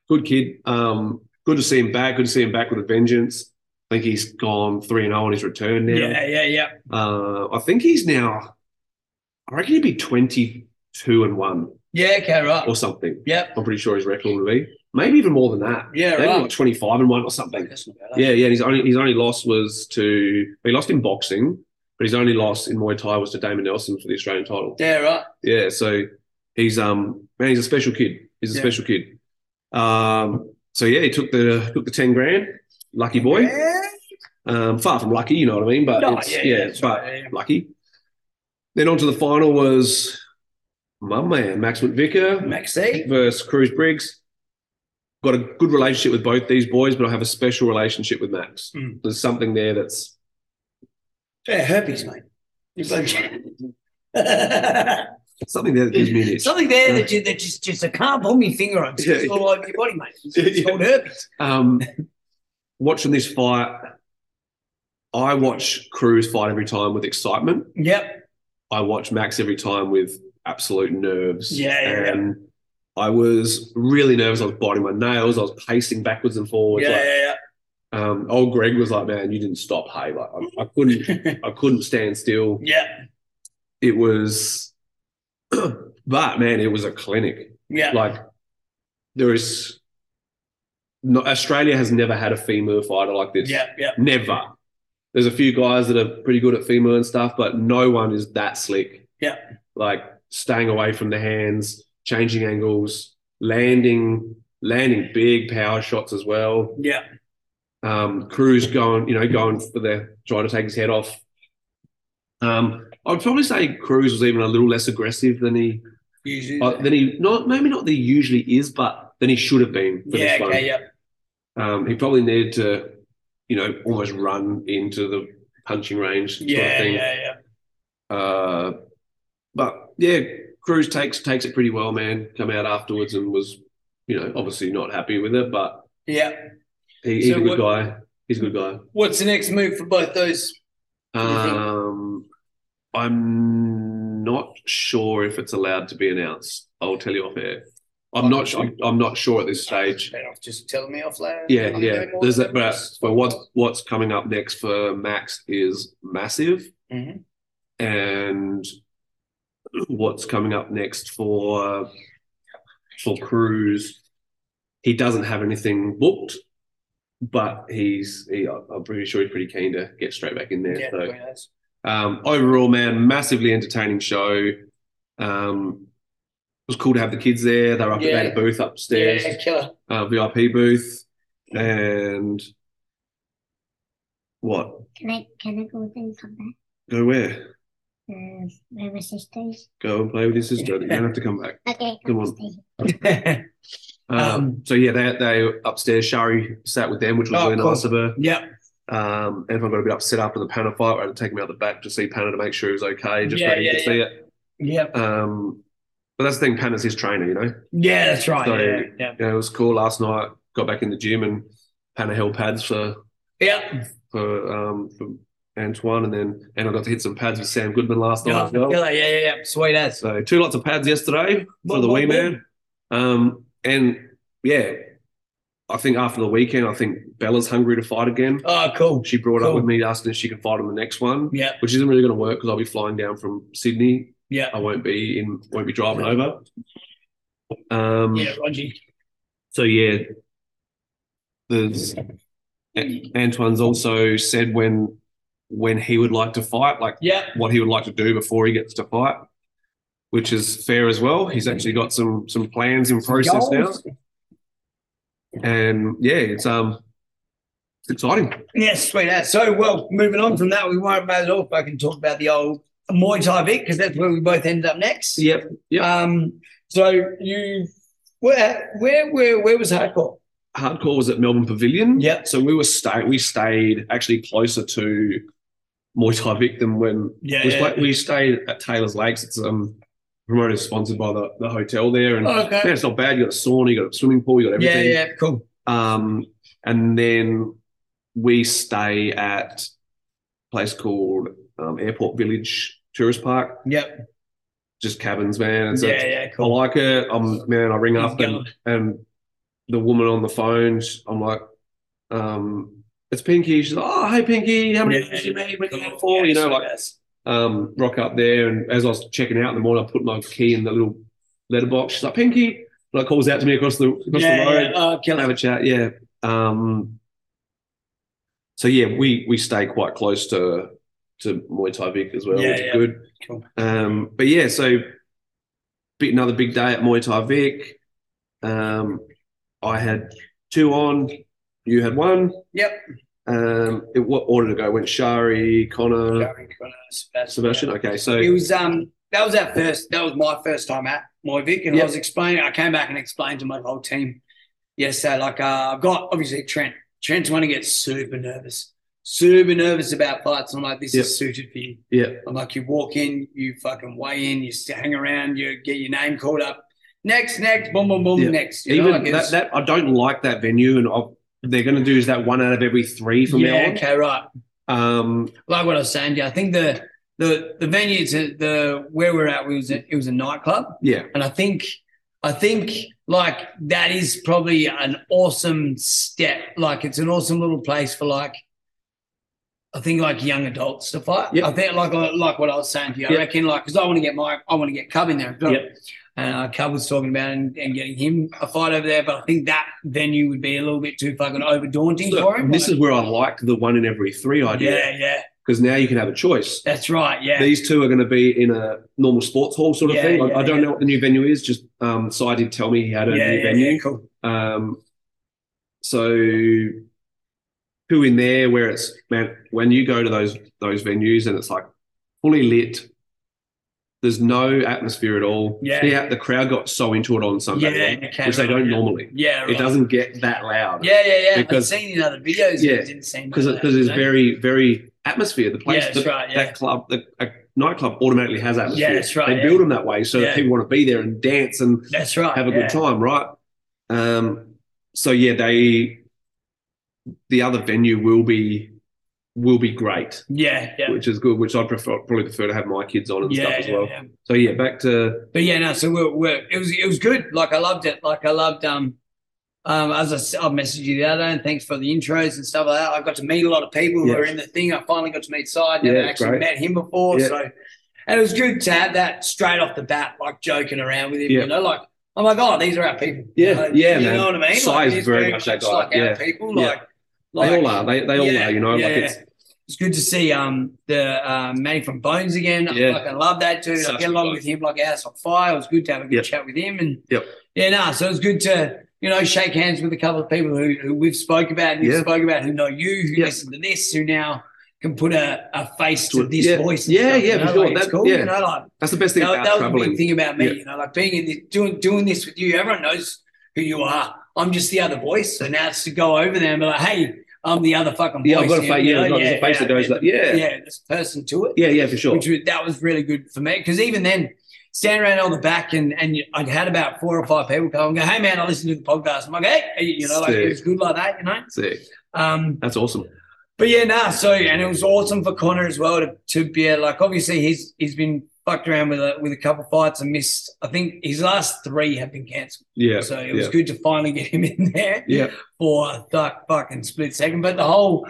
S2: good kid. Um, good to see him back. Good to see him back with a vengeance. I think he's gone three and zero on his return now.
S1: Yeah, yeah, yeah.
S2: Uh, I think he's now. I reckon he'd be twenty two and one
S1: Yeah, okay, right.
S2: or something.
S1: Yep.
S2: I'm pretty sure his record would be maybe even more than that.
S1: Yeah,
S2: maybe
S1: right.
S2: like twenty five and one or something.
S1: That's not bad, eh?
S2: Yeah, yeah. and His only his only loss was to he lost in boxing, but his only loss in Muay Thai was to Damon Nelson for the Australian title.
S1: Yeah, right.
S2: Yeah, so he's um man, he's a special kid. He's a
S1: Yeah.
S2: special kid. Um, so yeah, he took the took the ten grand, lucky boy.
S1: Yeah.
S2: Um, far from lucky, you know what I mean, but
S1: No,
S2: it's,
S1: yeah,
S2: yeah,
S1: yeah,
S2: it's
S1: it's
S2: but
S1: right, yeah.
S2: lucky. Then on to the final was my man Max McVicker
S1: Maxi.
S2: versus Cruz Briggs. Got a good relationship with both these boys, but I have a special relationship with Max.
S1: Mm.
S2: There's something there that's
S1: Yeah, herpes, mate. It's like-
S2: something there that gives me an itch.
S1: Something there that, you, that just, just I can't put my finger on. It's just
S2: Yeah.
S1: all over your body, mate. It's,
S2: Yeah,
S1: it's
S2: yeah.
S1: called herpes.
S2: Um, watching this fight, I watch Cruz fight every time with excitement.
S1: Yep.
S2: I watch Max every time with absolute nerves.
S1: Yeah, yeah, yeah.
S2: and I was really nervous. I was biting my nails. I was pacing backwards and forwards.
S1: Yeah,
S2: like,
S1: yeah,
S2: um, old Greg was like, "Man, you didn't stop. Hey, like I, I couldn't,
S1: yeah.
S2: I couldn't stand still.
S1: yeah,
S2: It was, but man, it was a clinic.
S1: yeah.
S2: Like there is, no, Australia has never had a female fighter like this.
S1: Yeah, yeah,
S2: Never. There's a few guys that are pretty good at femur and stuff, but no one is that slick.
S1: Yeah.
S2: Like staying away from the hands, changing angles, landing, landing big power shots as well.
S1: yeah,
S2: Um, Cruz going, you know, going for the trying to take his head off. Um, I'd probably say Cruz was even a little less aggressive than he
S1: usually.
S2: uh, than he not maybe not that he usually is, but than he should have been for
S1: yeah,
S2: this one.
S1: okay, yeah,
S2: Um, he probably needed to, you know, almost run into the punching range sort of
S1: yeah,
S2: thing.
S1: yeah, yeah.
S2: Uh, but yeah, Cruz takes takes it pretty well, man. Come out afterwards and was, you know, obviously not happy with it, but
S1: Yeah.
S2: he, he's
S1: So
S2: a good
S1: what-
S2: guy. He's a good guy.
S1: What's the next move for both those? you think?
S2: Um, I'm not sure if it's allowed to be announced. I'll tell you off air. I'm not sure. I'm not sure at this stage.
S1: Better off just telling me off loud.
S2: Yeah,
S1: I'm
S2: yeah.
S1: doing more
S2: There's
S1: than
S2: that, but,
S1: this.
S2: but what what's coming up next for Max is massive,
S1: Mhm.
S2: and what's coming up next for for Cruz, he doesn't have anything booked, but he's he, I'm pretty sure he's pretty keen to get straight back in there.
S1: Yeah,
S2: so.
S1: between those.
S2: Um, overall, man, massively entertaining show. Um, it was cool to have the kids there. They were up
S1: Yeah.
S2: at a booth upstairs,
S1: yeah, killer.
S2: uh, VIP booth, and what?
S3: Can I can I go with him and come back?
S2: Go where?
S3: Uh, where my sister is?
S2: Go and play with your sister. You don't have to come back.
S3: Okay,
S2: Come
S3: I'll
S2: on.
S3: stay.
S2: Um,
S1: Um,
S2: so yeah, they they upstairs. Shari sat with them, which was
S1: Oh,
S2: really
S1: cool.
S2: nice of her.
S1: yeah,
S2: Um, everyone got a bit upset after the Panna fight. I had to take him out the back to see Panna to make sure he was okay, just
S1: Yeah,
S2: so he
S1: yeah,
S2: could see it.
S1: yeah,
S2: Um, but that's the thing. Panna's his trainer, you know.
S1: yeah. That's right.
S2: So-
S1: yeah, yeah,
S2: Yeah, it was cool last night. Got back in the gym and Panna held pads for
S1: yeah.
S2: for um for Antoine, and then and I got to hit some pads with Sam Goodman last night.
S1: yeah,
S2: as well.
S1: killer, yeah, yeah, yeah. Sweet as.
S2: So two lots of pads yesterday for
S1: Well,
S2: the
S1: well,
S2: wee man. Um, and yeah, I think after the weekend, I think Bella's hungry to fight again.
S1: Oh, cool.
S2: She brought up
S1: Cool.
S2: with me asking if she can fight on the next one,
S1: Yeah,
S2: which isn't really going to work because I'll be flying down from Sydney.
S1: yeah,
S2: I won't be in, won't be driving over. Um,
S1: yeah. Roger.
S2: so yeah, there's A- Antoine's also said when when he would like to fight, like
S1: Yeah,
S2: what he would like to do before he gets to fight, which is fair as well. He's actually got some some plans in process now,
S1: Goals.
S2: and yeah, it's um it's exciting.
S1: Yeah, sweet as. So, well, moving on from that, we might may as well fucking talk about the old Muay Thai Vic because that's where we both ended up next.
S2: Yep. Yep.
S1: Um, so you where where where where was hardcore?
S2: Hardcore was at Melbourne Pavilion.
S1: Yep.
S2: So we were stay we stayed actually closer to Muay Thai Vic than when
S1: Yeah.
S2: we,
S1: yeah.
S2: sta- we stayed at Taylor's Lakes. It's um promoted sponsored by the, the hotel there, and
S1: Okay.
S2: yeah, it's not bad. You got a sauna, you got a swimming pool, you got
S1: Oh. yeah,
S2: Oh, everything.
S1: yeah, cool.
S2: Um, and then we stay at a place called um, Airport Village Tourist Park,
S1: Yep.
S2: just cabins, man. It's,
S1: yeah, yeah,
S2: I
S1: cool.
S2: like it. I'm man. I ring up and, and the woman on the phone. sh- I'm like, um, it's Pinky. She's like, oh, hey Pinky, how many
S1: Yeah,
S2: did you meet? What do you
S1: cool.
S2: want for?
S1: Yeah,
S2: you know,
S1: so
S2: like
S1: that's-
S2: um, rock up there. And as I was checking out in the morning, I put my key in the little letterbox. She's like, Pinky, like calls out to me across the across
S1: yeah,
S2: the road.
S1: yeah. Oh,
S2: Can I have
S1: killer.
S2: a chat? Yeah. Um, so yeah, we we stay quite close to to Muay Thai Vic as well,
S1: Yeah,
S2: which
S1: yeah.
S2: is good.
S1: Cool.
S2: Um, but yeah, so bit another big day at Muay Thai Vic. Um, I had two on, you had one.
S1: Yep.
S2: Um, it, what order to go? Went Shari, Connor, uh, Sebastian. Okay, so
S1: It was um that was our first that was my first time at Moivik and
S2: Yeah.
S1: I was explaining I came back and explained to my whole team yesterday like uh, I've got obviously Trent Trent's one who gets super nervous super nervous about fights and I'm like this
S2: Yeah.
S1: is suited for you
S2: yeah,
S1: I'm like you walk in you fucking weigh in you s- hang around you get your name called up next next boom boom boom
S2: Yeah.
S1: next you know,
S2: even
S1: like it's-
S2: that, that I don't like that venue, and I'll, they're going to do is that one out of every three from
S1: yeah
S2: now
S1: okay right
S2: on. Um,
S1: like what I was saying yeah I think the the the venue to the where we're at we was a, it was a nightclub
S2: yeah,
S1: And I think, I think like that is probably an awesome step. Like it's an awesome little place for like, I think like young adults to fight.
S2: Yep.
S1: I think like like what I was saying to you. I
S2: Yep.
S1: reckon like because I want to get my I want to get Cub in there.
S2: Yep.
S1: And uh, Cub was talking about and, and getting him a fight over there, but I think that venue would be a little bit too fucking over daunting
S2: Look,
S1: for him.
S2: This is where I like the one in every three idea
S1: yeah, yeah,
S2: because now you can have a choice.
S1: that's right. Yeah,
S2: These two are going to be in a normal sports hall sort of
S1: Yeah,
S2: thing. Like,
S1: yeah,
S2: I don't
S1: yeah.
S2: know what the new venue is. Just um, Si did tell me he had a
S1: yeah,
S2: new
S1: yeah,
S2: venue.
S1: yeah, cool.
S2: Um, so who in there where it's man when you go to those those venues and it's like fully lit. There's no atmosphere at all.
S1: Yeah.
S2: the crowd got so into it on
S1: Yeah,
S2: Sunday, night,
S1: okay,
S2: which they
S1: right,
S2: don't
S1: yeah.
S2: normally.
S1: Yeah,
S2: It
S1: right.
S2: doesn't get that loud.
S1: Yeah, yeah, yeah.
S2: Because-
S1: I've seen in other videos.
S2: Yeah,
S1: it didn't seem
S2: because
S1: like that,
S2: because it's
S1: you know?
S2: very very atmosphere. The place
S1: Yeah, that's
S2: that,
S1: right, yeah.
S2: that club the a nightclub automatically has atmosphere.
S1: Yeah, that's right,
S2: They
S1: yeah.
S2: build them that way so
S1: Yeah.
S2: that people want to be there and dance and
S1: That's right.
S2: have a
S1: yeah.
S2: good time, right? Um, so yeah, they the other venue will be will be great,
S1: Yeah, yeah,
S2: which is good. Which I prefer probably prefer to have my kids on and
S1: yeah,
S2: stuff as
S1: yeah,
S2: well.
S1: yeah.
S2: So yeah, back to
S1: But yeah, no. So we're, we're it was it was good. Like I loved it. Like I loved um um as I s- I messaged you the other day, and thanks for the intros and stuff like that. I got to meet a lot of people
S2: Yeah.
S1: who are in the thing. I finally got to meet Side. Never
S2: Yeah,
S1: actually
S2: great.
S1: met him before,
S2: Yeah.
S1: so and it was good to have that straight off the bat, like joking around with him.
S2: Yeah.
S1: You know, like oh my god, these are our people.
S2: Yeah,
S1: you know,
S2: yeah,
S1: You
S2: man.
S1: know what I mean?
S2: Si is
S1: he's
S2: very much that guy,
S1: Like
S2: yeah.
S1: our people,
S2: Yeah.
S1: like
S2: they
S1: like-
S2: all are they they all
S1: Yeah,
S2: are you know
S1: yeah.
S2: like it's
S1: it's good to see um the uh, Manny from Bones again. I
S2: Yeah.
S1: fucking love that dude.
S2: Such
S1: I
S2: a
S1: get along
S2: bloke.
S1: with him like a house on fire. It was good to have a good
S2: Yep.
S1: chat with him and
S2: Yep.
S1: yeah, no, so it's good to you know shake hands with a couple of people who, who we've spoke about, and you
S2: Yeah.
S1: spoke about, who know you, who
S2: Yeah.
S1: listen to this, who now can put a, a face
S2: To
S1: to
S2: it.
S1: this
S2: Yeah.
S1: voice. and
S2: Yeah,
S1: stuff,
S2: yeah,
S1: you
S2: for
S1: know,
S2: sure.
S1: like, it's
S2: That-
S1: cool.
S2: yeah.
S1: You know, like
S2: that's the best thing
S1: that,
S2: about
S1: that was the
S2: traveling.
S1: big thing about me,
S2: Yeah.
S1: you know, like being in this, doing doing this with you. Everyone knows who you are. I'm just the other voice. So now it's to go over there and be like, hey, I'm the other fucking voice.
S2: Yeah, I've got a
S1: here,"
S2: face.
S1: you
S2: Yeah, I've
S1: know?
S2: got a face that goes like
S1: yeah,
S2: yeah,
S1: this person to it.
S2: yeah, yeah, for sure.
S1: Which was, that was really good for me because even then, standing around on the back and and you- I'd had about four or five people come and go, hey man, I listened to the podcast. I'm like, hey, you know, like it
S2: Sick.
S1: was good like that, you know.
S2: Sick.
S1: Um,
S2: That's awesome.
S1: but yeah, nah. So and it was awesome for Connor as well to, to be able- like. Obviously, he's he's been fucked around with a with a couple fights and missed. I think his last three have been cancelled.
S2: Yeah.
S1: so it
S2: yeah.
S1: was good to finally get him in there
S2: yeah.
S1: for a th- fucking split second. But the whole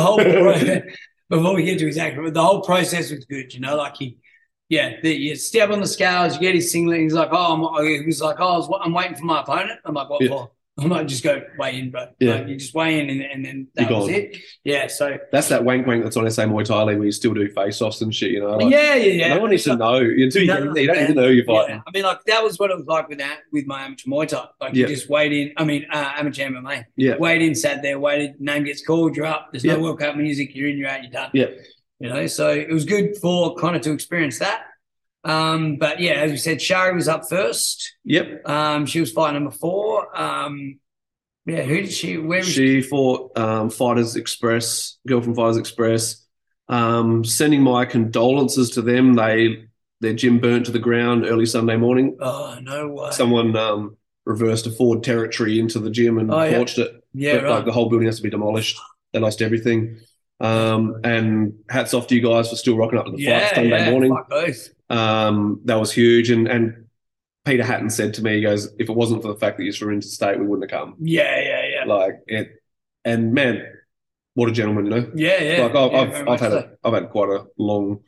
S1: whole pro- before we get to his act, but the whole process was good. You know, like he. Yeah, the, you step on the scales, you get his singlet. He's like, "Oh, I'm," he was like, "Oh, I was, wa- I'm waiting for my opponent." I'm like, "What
S2: Yeah.
S1: for?" I'm like, "Just go weigh in, bro.
S2: Yeah.
S1: Like, you just weigh in, and, and then
S2: You're
S1: that was
S2: gone.
S1: it." Yeah, so
S2: That's that wank wank that's on SA Muay Thai League where you still do face offs and shit, you know. Like,
S1: yeah, yeah, yeah.
S2: No one needs to know. Until you,
S1: No,
S2: get in there, you don't
S1: man.
S2: need to know who you're
S1: Yeah.
S2: fighting.
S1: I mean, like that was what it was like with that with my amateur Muay Thai. Like
S2: Yeah.
S1: you just wait in. I mean, uh, amateur MMA.
S2: Yeah.
S1: Wait in, sat there, waited. Name gets called, you're up. There's
S2: Yeah.
S1: no World Cup music. You're in, you're out, you're done.
S2: Yeah.
S1: You know, so it was good for Connor to experience that. Um, but yeah, as we said, Shari was up first.
S2: Yep.
S1: Um, she was fight number four. Um, yeah, who did she? Where was
S2: She fought um, Fighters Express, Girl from Fighters Express. Um, sending my condolences to them. They their gym burnt to the ground early Sunday morning.
S1: Oh no way!
S2: Someone um, reversed a Ford territory into the gym and
S1: Oh, yeah.
S2: torched it.
S1: yeah,
S2: but, like
S1: right.
S2: the whole building has to be demolished. They lost everything. Um, and hats off to you guys for still rocking up to the
S1: yeah,
S2: fight Sunday
S1: yeah,
S2: morning.
S1: Fuck both.
S2: Um, that was huge. And and Peter Hatton said to me, he goes, if it wasn't for the fact that you're from interstate, we wouldn't have come.
S1: Yeah, yeah, yeah,
S2: Like it, and man, what a gentleman, you know.
S1: yeah, yeah.
S2: like I've
S1: yeah,
S2: I've,
S1: very
S2: I've
S1: much
S2: had
S1: so.
S2: a, I've had quite a long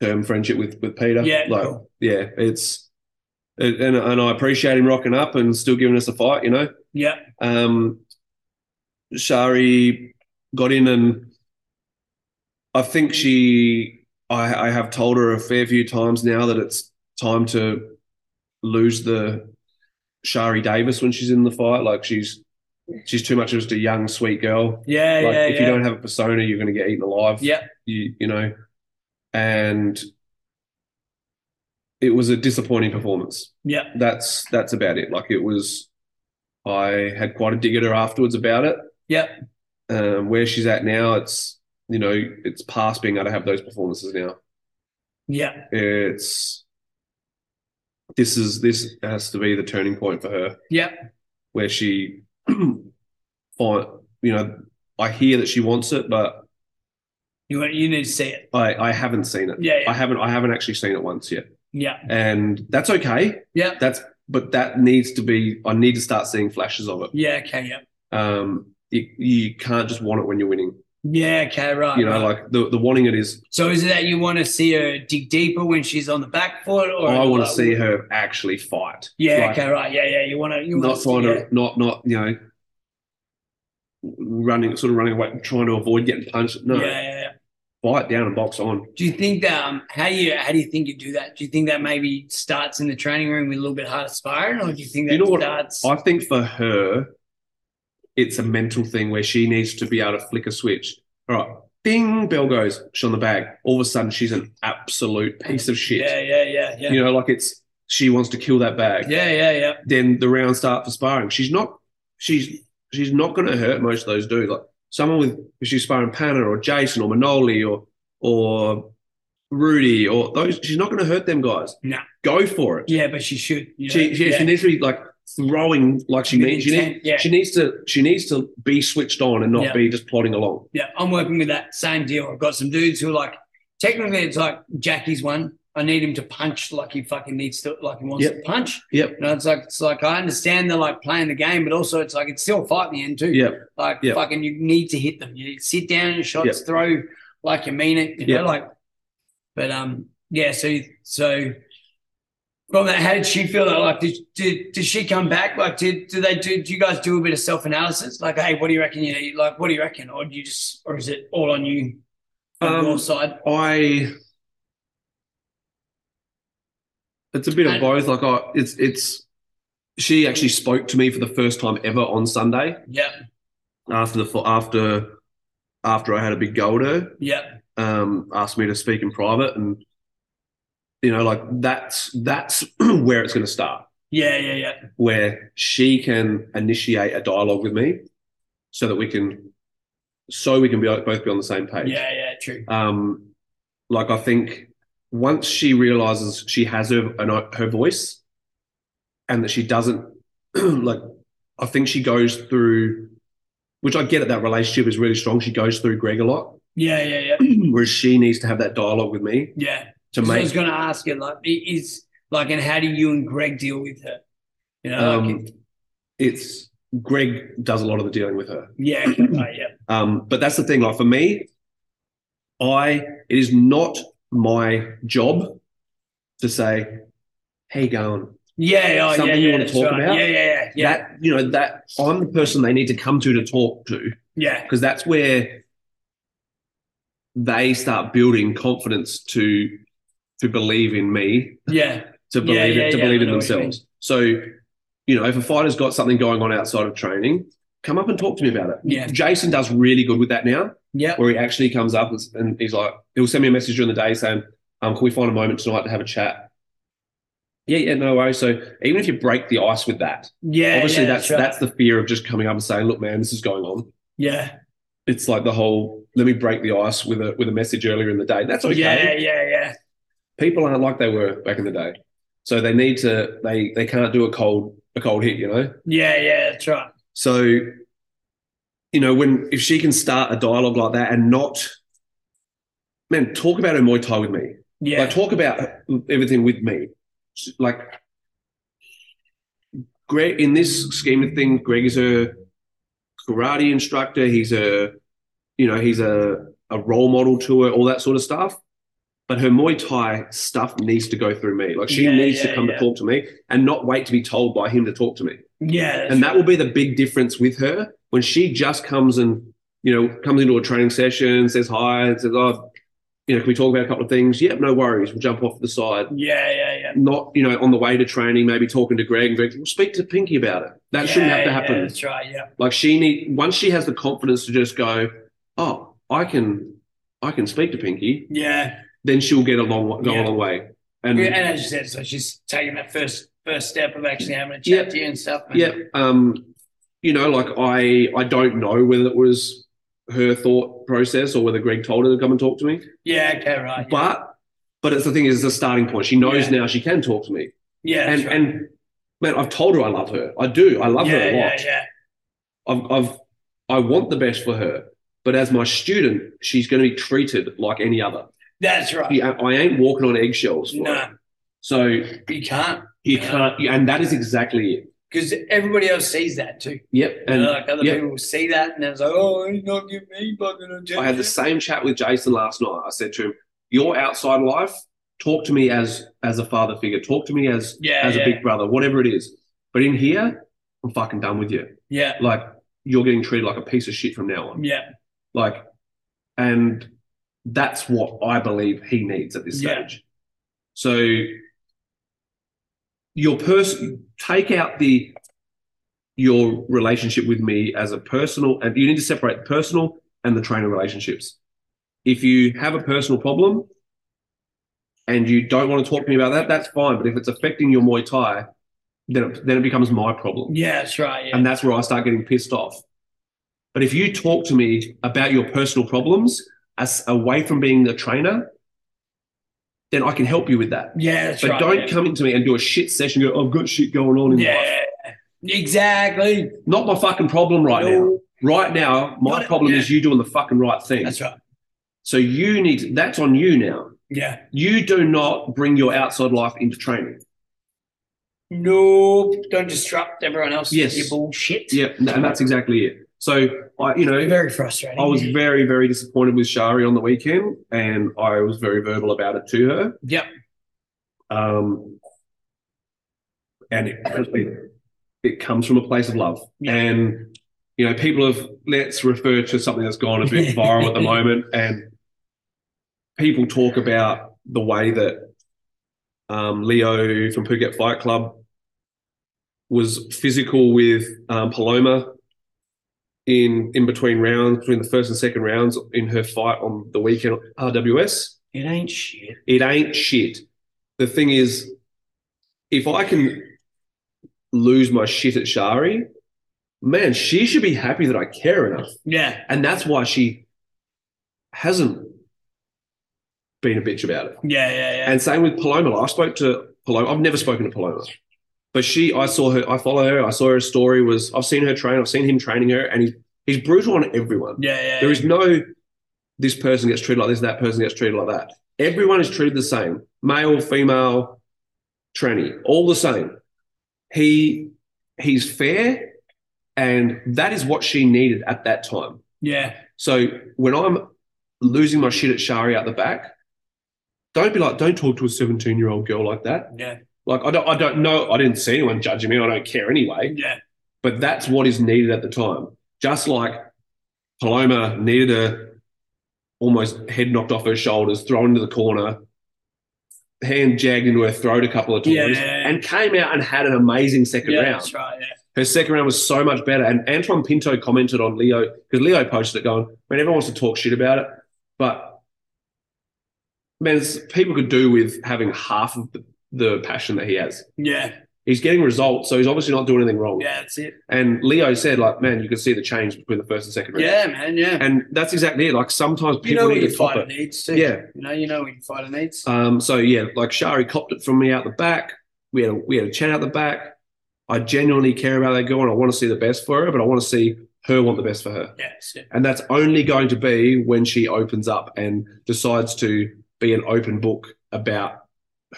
S2: term friendship with with Peter.
S1: Yeah,
S2: like
S1: cool.
S2: yeah, it's it, and and I appreciate him rocking up and still giving us a fight, you know.
S1: yeah,
S2: Um, Shari got in, and I think she, I, I have told her a fair few times now that it's time to lose the Shari Davis when she's in the fight. Like she's, she's too much just a young sweet girl.
S1: yeah,
S2: Like
S1: yeah,
S2: if
S1: yeah.
S2: you don't have a persona, you're going to get eaten alive.
S1: Yeah.
S2: you you know, and it was a disappointing performance
S1: yeah,
S2: that's that's about it. Like it was, I had quite a dig at her afterwards about it.
S1: Yep.
S2: Um, where she's at now, it's you know, it's past being able to have those performances now.
S1: yeah,
S2: It's this is this has to be the turning point for her
S1: yeah,
S2: where she find you know I hear that she wants it, but
S1: You want, you need to see it.
S2: I I haven't seen it.
S1: Yeah,
S2: I
S1: yeah,
S2: haven't I haven't actually seen it once yet,
S1: yeah,
S2: and that's okay.
S1: yeah,
S2: That's but that needs to be. I need to start seeing flashes of it.
S1: yeah. Okay, yeah,
S2: um, you, you can't just want it when you're winning.
S1: yeah. Okay, right.
S2: you know,
S1: right.
S2: like the, the wanting it is,
S1: so is it that you want to see her dig deeper when she's on the back foot, or
S2: I want to
S1: like-
S2: see her actually fight.
S1: Yeah,
S2: Like,
S1: okay, right. Yeah, yeah. You want to, you want
S2: Not
S1: to,
S2: trying
S1: yeah.
S2: to, not, not, you know, running, sort of running away, trying to avoid getting punched. No,
S1: Yeah, yeah, yeah.
S2: fight down and box on.
S1: Do you think that um, how do you how do you think you do that? Do you think that maybe starts in the training room with a little bit harder sparring, or do you think that
S2: You know what?
S1: starts?
S2: I think for her, it's a mental thing where she needs to be able to flick a switch. All right, ding, bell goes, she's on the bag. All of a sudden, she's an absolute piece of shit.
S1: yeah, yeah, yeah, yeah,
S2: You know, like it's, she wants to kill that bag.
S1: yeah, yeah, yeah,
S2: then the round start for sparring. She's not she's she's not going to hurt most of those dudes. Like someone with if she's sparring Panna or Jason or Manoli or or Rudy or those, she's not going to hurt them guys.
S1: No.
S2: go for it.
S1: yeah. But she should. You know?
S2: She, she,
S1: yeah.
S2: she needs to be like throwing like she
S1: With
S2: needs. She,
S1: intent,
S2: need,
S1: yeah.
S2: she needs to she needs to be switched on and not
S1: Yeah.
S2: be just plodding along.
S1: yeah, I'm working with that same deal. I've got some dudes who are like, technically, it's like Jackie's one. I need him to punch like he fucking needs to, like he wants
S2: Yep.
S1: to punch.
S2: Yep.
S1: You know, it's like it's like I understand they're like playing the game, but also it's like it's still a fight in the end too.
S2: Yep.
S1: Like
S2: Yep.
S1: fucking, you need to hit them. You sit down your shots, throw like you mean it. You know,
S2: Yep.
S1: like. But um, yeah. So so from that, how did she feel? Like, did did, did she come back? Like, did do they do? Do you guys do a bit of self analysis? Like, hey, what do you reckon? You need? like, what do you reckon? Or do you just, or is it all on you on
S2: Um,
S1: your side?
S2: I it's a bit of
S1: And-
S2: both. Like I it's it's she actually spoke to me for the first time ever on Sunday.
S1: Yeah,
S2: after the fi- after after I had a big go at her,
S1: yeah,
S2: um, asked me to speak in private, and you know, like that's that's where it's going to start,
S1: yeah, yeah, yeah,
S2: where she can initiate a dialogue with me, so that we can, so we can be both be on the same
S1: yeah,
S2: page.
S1: yeah. True.
S2: Um, like I think once she realizes she has her an- her voice, and that she doesn't like, I think she goes through, which I get it. That relationship is really strong. She goes through Greg a lot,
S1: Yeah, yeah, yeah,
S2: whereas she needs to have that dialogue with me
S1: yeah.
S2: to
S1: So I was
S2: make.
S1: going to ask you, like, i- is like, and how do you and Greg deal with her? You know, like,
S2: Um, it's Greg does a lot of the dealing with her.
S1: yeah, okay, right, yeah,
S2: Um, but that's the thing. Like for me, I it is not my job to say, "How you going?"
S1: yeah, oh, yeah, yeah,
S2: Something you
S1: yeah.
S2: wanna
S1: that's
S2: talk
S1: right.
S2: about?
S1: Yeah, yeah, yeah, yeah,
S2: that you know that I'm the person they need to come to to talk to
S1: yeah,
S2: because that's where they start building confidence to to believe in me
S1: yeah,
S2: to
S1: Yeah,
S2: believe
S1: yeah,
S2: in, to
S1: yeah,
S2: believe
S1: I
S2: in
S1: know what you
S2: themselves. So you know if a fighter's got something going on outside of training, come up and talk to me about it.
S1: yeah,
S2: Jason does really good with that now.
S1: Yeah.
S2: where he actually comes up and, and he's like, he'll send me a message during the day saying, um, can we find a moment tonight to have a chat? Yeah, yeah, no worries. So even if you break the ice with that,
S1: Yeah.
S2: obviously
S1: yeah,
S2: that's
S1: right.
S2: that's the fear of just coming up and saying, look, man, this is going on.
S1: yeah.
S2: It's like the whole let me break the ice with a with a message earlier in the day. That's okay
S1: Yeah. Yeah. Yeah.
S2: people aren't like they were back in the day. So they need to they they can't do a cold a cold hit, you know.
S1: Yeah. Yeah. That's right.
S2: So you know when if she can start a dialogue like that and not man talk about her Muay Thai with me.
S1: Yeah.
S2: Like talk about everything with me. Like Greg in this scheme of things, Greg is a karate instructor. He's a you know he's a a role model to her, all that sort of stuff. But her Muay Thai stuff needs to go through me. Like she
S1: Yeah,
S2: needs
S1: yeah,
S2: to come
S1: yeah.
S2: to talk to me and not wait to be told by him to talk to me.
S1: yeah. that's
S2: And that will be the big difference with her when she just comes and you know comes into a training session, says hi, and says, "Oh, you know, can we talk about a couple of things?" Yep, no worries. We'll jump off to the side.
S1: right. Yeah. Yeah. Yeah.
S2: Not you know on the way to training, maybe talking to Greg. And Greg, we'll speak to Pinky about it. That shouldn't
S1: Yeah,
S2: have to
S1: yeah,
S2: happen.
S1: that's right. Yeah.
S2: Like she need once she has the confidence to just go, "Oh, I can, I can speak to Pinky,"
S1: Yeah.
S2: then she'll get a long go
S1: Yeah.
S2: a long way.
S1: And,
S2: And
S1: as you said, so she's taking that first first step of actually having a chat
S2: Yeah.
S1: to you and stuff. and-
S2: yeah um you know like i i don't know whether it was her thought process or whether greg told her to come and talk to me
S1: Yeah. Okay. Right. yeah.
S2: but but it's the thing is it's a starting point she knows
S1: Yeah.
S2: now she can talk to me
S1: yeah. that's
S2: and
S1: right.
S2: and man i've told her i love her i do i love her
S1: yeah,
S2: a lot
S1: yeah. Yeah.
S2: I've, I've i want the best for her but as my student she's going to be treated like any other
S1: That's right.
S2: i I ain't walking on eggshells for
S1: No,
S2: her. so
S1: you can't
S2: you can't and that is exactly it
S1: because everybody else sees that too.
S2: yep
S1: You
S2: and
S1: know, like other
S2: yeah.
S1: people will see that and they're like, oh, he's not giving me fucking attention.
S2: I had the same chat with Jason last night. I said to him, "Your outside life, talk to me as as a father figure. Talk to me as
S1: Yeah,
S2: as
S1: yeah,
S2: a big brother, whatever it is. But in here, I'm fucking done with you.
S1: yeah,
S2: Like you're getting treated like a piece of shit from now on.
S1: yeah,
S2: Like, and that's what I believe he needs at this
S1: Yeah.
S2: stage. So your person take out the your relationship with me as a personal and you need to separate the personal and the trainer relationships. If you have a personal problem and you don't want to talk to me about that, that's fine. But if it's affecting your Muay Thai, then it, then it becomes my problem
S1: yeah. That's right. Yeah,
S2: and that's where I start getting pissed off. But if you talk to me about your personal problems as away from being the trainer, then I can help you with that.
S1: yeah. That's
S2: But
S1: right.
S2: don't
S1: yeah.
S2: come into me and do a shit session. And go, I've got shit going on in life.
S1: Yeah, exactly.
S2: Not my fucking problem right now. Right now, my
S1: Not-
S2: problem
S1: yeah.
S2: is you doing the fucking right thing.
S1: That's right.
S2: So you need to- that's on you now.
S1: Yeah.
S2: You do not bring your outside life into training.
S1: Nope. Don't disrupt everyone else. with
S2: Yes.
S1: Your bullshit.
S2: Yeah, and that's exactly it. So I, you know,
S1: Very frustrating.
S2: I was very, very disappointed with Shari on the weekend, and I was very verbal about it to her.
S1: Yep.
S2: Um, and it, it comes from a place of love.
S1: Yeah.
S2: And, you know, people have, let's refer to something that's gone a bit viral at the moment. And people talk about the way that um, Leo from Phuket Fight Club was physical with um, Paloma in in between rounds, between the first and second rounds in her fight on the weekend RWS.
S1: It ain't shit.
S2: It ain't shit. The thing is, if I can lose my shit at Shari, man, she should be happy that I care enough.
S1: Yeah.
S2: And that's why she hasn't been a bitch about it.
S1: Yeah. Yeah. Yeah.
S2: And same with Paloma. I spoke to Paloma. I've never spoken to Paloma, but she, I saw her, I follow her. I saw her story was, I've seen her train. I've seen him training her and he's, he's brutal on everyone.
S1: yeah. Yeah.
S2: There is no this person gets treated like this, that person gets treated like that. Everyone is treated the same, male, female, tranny, all the same. He he's fair, and that is what she needed at that time.
S1: yeah.
S2: So when I'm losing my shit at Shari out the back, don't be like, don't talk to a 17 year old girl like that.
S1: Yeah.
S2: Like I don't, I don't know, I didn't see anyone judging me. I don't care anyway
S1: Yeah.
S2: but that's what is needed at the time. Just like Paloma needed a almost head knocked off her shoulders, thrown into the corner, hand jagged into her throat a couple of times
S1: Yeah, yeah, yeah.
S2: and came out and had an amazing second
S1: Yeah,
S2: round.
S1: that's right. Yeah.
S2: Her second round was so much better. And Antoine Pinto commented on Leo because Leo posted it going, man, everyone wants to talk shit about it. But man, it's- people could do with having half of the, the passion that he has.
S1: Yeah,
S2: He's getting results, so he's obviously not doing anything wrong.
S1: yeah, that's it.
S2: And Leo said, like, man, you can see the change between the first and second round.
S1: Yeah, man, yeah.
S2: And that's exactly it. Like sometimes people
S1: You know what
S2: need
S1: your
S2: to top
S1: fighter
S2: it.
S1: needs too.
S2: Yeah.
S1: You know, you know what your fighter needs.
S2: Um, so yeah, like Shari copped it from me out the back. We had a we had a chat out the back. I genuinely care about that girl and I want to see the best for her, but I want to see her want the best for her.
S1: Yeah, that's it.
S2: And that's only going to be when she opens up and decides to be an open book about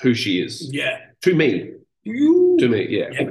S2: who she is.
S1: Yeah.
S2: To me.
S1: You-
S2: To me, yeah.
S1: Yeah.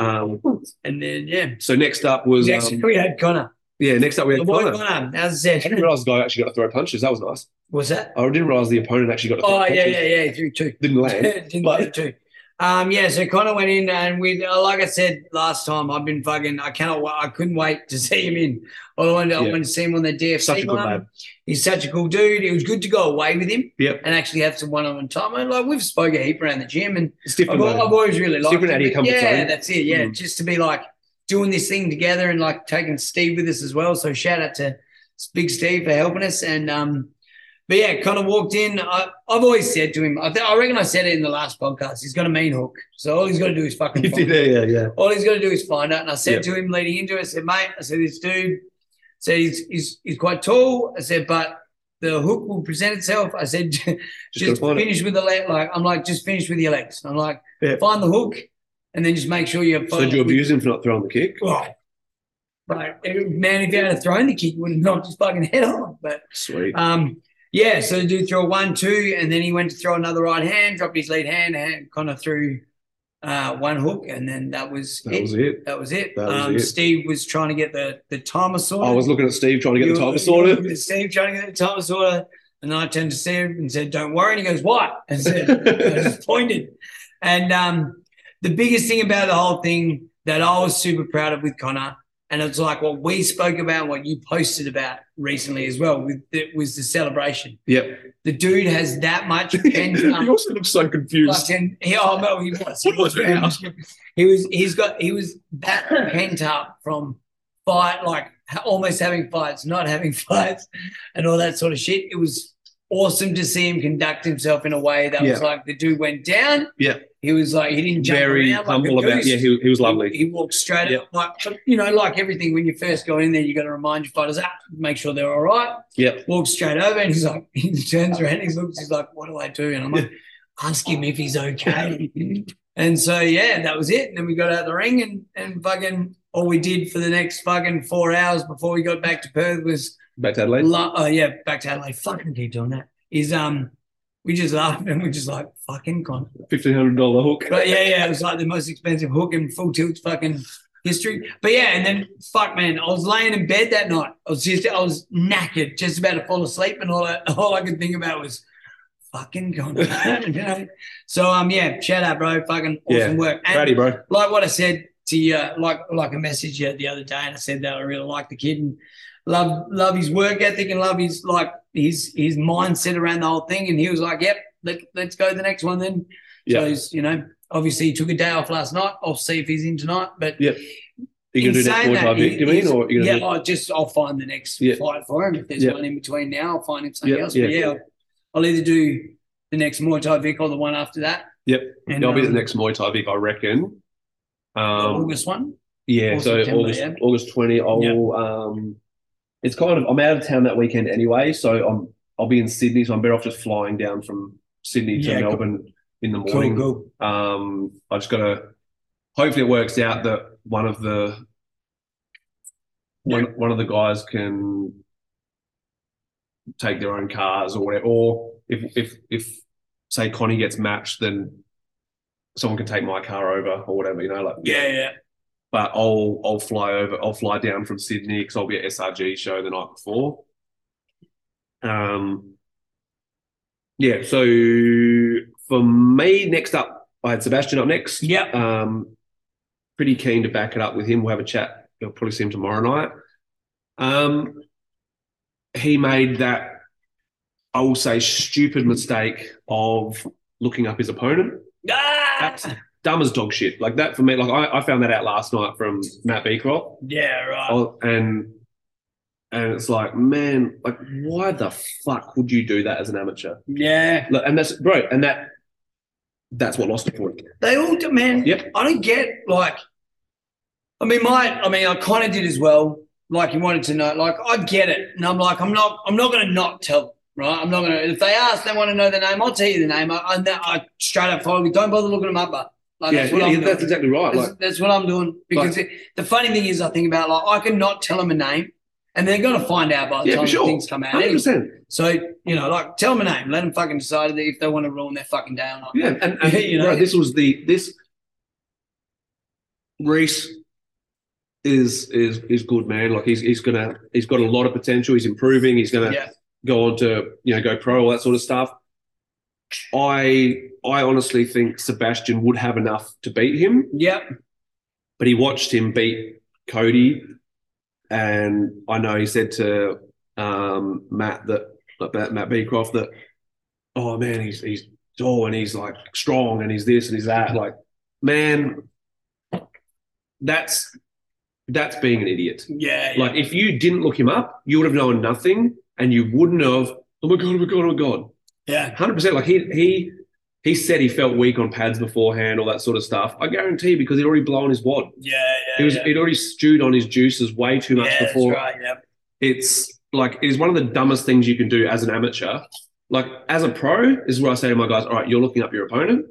S2: Um,
S1: And then, yeah.
S2: so next up was
S1: Next,
S2: um,
S1: we had Connor.
S2: yeah, next up we
S1: The
S2: had
S1: boy
S2: Connor.
S1: Connor. How's
S2: I didn't
S1: that?
S2: realise the guy actually got to throw punches. That was nice.
S1: What's that?
S2: I didn't realise the opponent actually got to throw
S1: Oh, yeah,
S2: punches.
S1: yeah, yeah. Through two.
S2: Didn't land.
S1: Didn't
S2: But-
S1: do two. Um, yeah, so Connor went in, and we, uh, like I said last time, I've been fucking, I cannot, wa- I couldn't wait to see him in. All I wanted, I
S2: Yeah.
S1: wanted to see him on the DFC.
S2: Such a good
S1: one.
S2: lad.
S1: He's such a cool dude. It was good to go away with him
S2: Yep.
S1: and actually have some one-on-one time. And like we've spoke a heap around the gym, and
S2: It's different.
S1: I've, al-
S2: though.
S1: I've always really liked
S2: different
S1: him,
S2: how you
S1: but
S2: come to
S1: Yeah,
S2: terms.
S1: that's it. Yeah,
S2: Mm.
S1: just to be like doing this thing together and like taking Steve with us as well. So shout out to Big Steve for helping us. And um, but yeah, Connor walked in. I, I've always said to him, I, th- I reckon I said it in the last podcast. He's got a mean hook, so all he's got to do is fucking.
S2: You
S1: find
S2: did, yeah, yeah, yeah.
S1: all he's got to do is find out. And I said to him leading into it, I said, mate, I said, this dude, I said, he's, he's, he's quite tall. I said, but the hook will present itself. I said, just,
S2: gotta find it.
S1: finish with the leg. Like, I'm like, just finish with your legs. I'm like,
S2: Yeah.
S1: find the hook and then just make sure you
S2: So did you abuse him for not throwing the kick?
S1: Right. But man, if you had thrown the kick, you would have knocked his fucking head off. But
S2: Sweet.
S1: um, yeah, so the dude threw a one, two, and then he went to throw another right hand, dropped his lead hand, and kind of threw uh, one hook, and then that was
S2: That
S1: it.
S2: was it.
S1: That was it.
S2: That was
S1: um,
S2: it.
S1: Steve was trying to get the the timer sorted.
S2: I was looking at Steve trying to get the
S1: You-
S2: timer
S1: you
S2: sorted.
S1: were with Steve trying to get the timer sorted, and I turned to Steve and said, "Don't worry." And he goes, "What?" And said, "I just pointed." And um, the biggest thing about the whole thing that I was super proud of with Connor, and it's like what we spoke about, what you posted about recently as well, with it was the celebration.
S2: Yep.
S1: The dude has that much pent up
S2: He also looks so confused.
S1: Fucking, he, oh no, he was. He was.
S2: Fucking hell.
S1: He was. He's got. He was that pent up from fight, like ha- almost having fights, not having fights, and all that sort of shit. It was awesome to see him conduct himself in a way that was
S2: Yeah.
S1: like the dude went down.
S2: Yeah.
S1: He was like he didn't jump
S2: Very
S1: around
S2: humble
S1: like a
S2: about.
S1: goose.
S2: Yeah, he, he was lovely.
S1: He, he walked straight
S2: Yeah.
S1: up, like you know, like everything. When you first go in there, you got to remind your fighters, ah, make sure they're all right
S2: yep.
S1: walks straight over and he's like, he turns around, he looks, he's like, what do I do? And I'm like, ask him if he's okay. and so, yeah, that was it. And then we got out of the ring and, and fucking all we did for the next fucking four hours before we got back to Perth was,
S2: Back to Adelaide.
S1: la- oh yeah, back to Adelaide. Fucking keep doing that. Is, um, we just laughed and we're just like, fucking con.
S2: Fifteen hundred dollar hook.
S1: But yeah, yeah, it was like the most expensive hook in full tilt fucking history. But yeah, and then fuck man, I was laying in bed that night. I was just I was knackered, just about to fall asleep, and all I all I could think about was fucking gone. you know? So um yeah, shout out, bro. Fucking awesome
S2: Yeah.
S1: work. And
S2: Brady, bro.
S1: like what I said to you, uh, like like I messaged you the other day, and I said that I really like the kid and love love his work ethic and love his like his his mindset around the whole thing. And he was like, "Yep, let let's go to the next one then." So
S2: Yeah.
S1: he's, you know, obviously he took a day off last night. I'll see if he's in tonight, but
S2: Yeah. You can
S1: in
S2: do that
S1: saying
S2: four time
S1: he-
S2: Vic, do you mean?
S1: he's-
S2: Or you
S1: yeah,
S2: gonna
S1: I just I'll find the next
S2: Yeah.
S1: fight for him. If there's
S2: Yeah.
S1: one in between now, I'll find him something
S2: Yeah,
S1: else. But
S2: yeah.
S1: yeah, I'll, I'll either do the next Muay Thai Vic or the one after that.
S2: Yep.
S1: and,
S2: do, I'll be the
S1: um,
S2: next Muay Thai Vic, I reckon. Um,
S1: August one.
S2: yeah,
S1: or
S2: so
S1: September,
S2: August
S1: yeah.
S2: August twenty. I'll um, it's kind of I'm out of town that weekend anyway, so I'm I'll be in Sydney, so I'm better off just flying down from Sydney to
S1: Yeah, cool.
S2: Melbourne in the
S1: Cool,
S2: morning.
S1: cool.
S2: Um, I just gotta hopefully it works out that one of the one one of the guys can take their own cars or whatever. Or if if if say Connie gets matched, then someone can take my car over or whatever, you know, like
S1: Yeah, yeah.
S2: but I'll I'll fly over. I'll fly down from Sydney because I'll be at SRG show the night before. Um, yeah. So for me, next up, I had Sebastian up next.
S1: Yep.
S2: Um, pretty keen to back it up with him. We'll have a chat. You'll probably see him tomorrow night. Um, he made that I will say stupid mistake of looking up his opponent.
S1: Ah!
S2: That's dumb as dog shit. Like that for me. Like I, I found that out last night from Matt Beecroft.
S1: Yeah, right.
S2: Oh, and and it's like, man, like why the fuck would you do that as an amateur?
S1: Yeah.
S2: Look, and that's bro, and that that's what lost it for. him.
S1: They all do, man.
S2: Yep.
S1: I don't get like. I mean, my. I mean, I kind of did as well. Like you wanted to know. Like I get it, and I'm like, I'm not. I'm not going to not tell. them, Right. I'm not going to. If they ask, they want to know the name. I'll tell you the name. I, I, I straight up follow. Don't bother looking them up, but like
S2: yeah,
S1: that's what
S2: yeah,
S1: I'm
S2: yeah,
S1: doing.
S2: that's exactly right.
S1: That's,
S2: Like,
S1: that's what I'm doing because it, the funny thing is, I think about like I can not tell them a name, and they're going to find out by the
S2: Yeah,
S1: time
S2: for sure.
S1: things come out.
S2: hundred
S1: anyway.
S2: percent.
S1: So you know, like tell them a name, let them fucking decide if they want to ruin their fucking day or not.
S2: Yeah, and, and
S1: You know?
S2: bro, this was the this Reese is is is good man. Like he's he's gonna he's got a lot of potential. He's improving. He's gonna
S1: Yeah.
S2: go on to you know go pro all that sort of stuff. I I honestly think Sebastian would have enough to beat him.
S1: Yep.
S2: but he watched him beat Cody, and I know he said to um, Matt that like Matt, Matt Beecroft that, oh man, he's he's tall and he's like strong and he's this and he's that. Like, man, that's that's being an idiot.
S1: Yeah. yeah.
S2: Like, if you didn't look him up, you would have known nothing, and you wouldn't have. Oh my god! Oh my god! Oh my god!
S1: Yeah.
S2: Hundred percent. Like he he he said he felt weak on pads beforehand, all that sort of stuff. I guarantee because he'd already blown his wad.
S1: Yeah.
S2: He was he'd already stewed on his juices way too much
S1: yeah,
S2: before.
S1: That's right. Yep.
S2: It's like it is one of the dumbest things you can do as an amateur. Like as a pro is where I say to my guys, all right, you're looking up your opponent.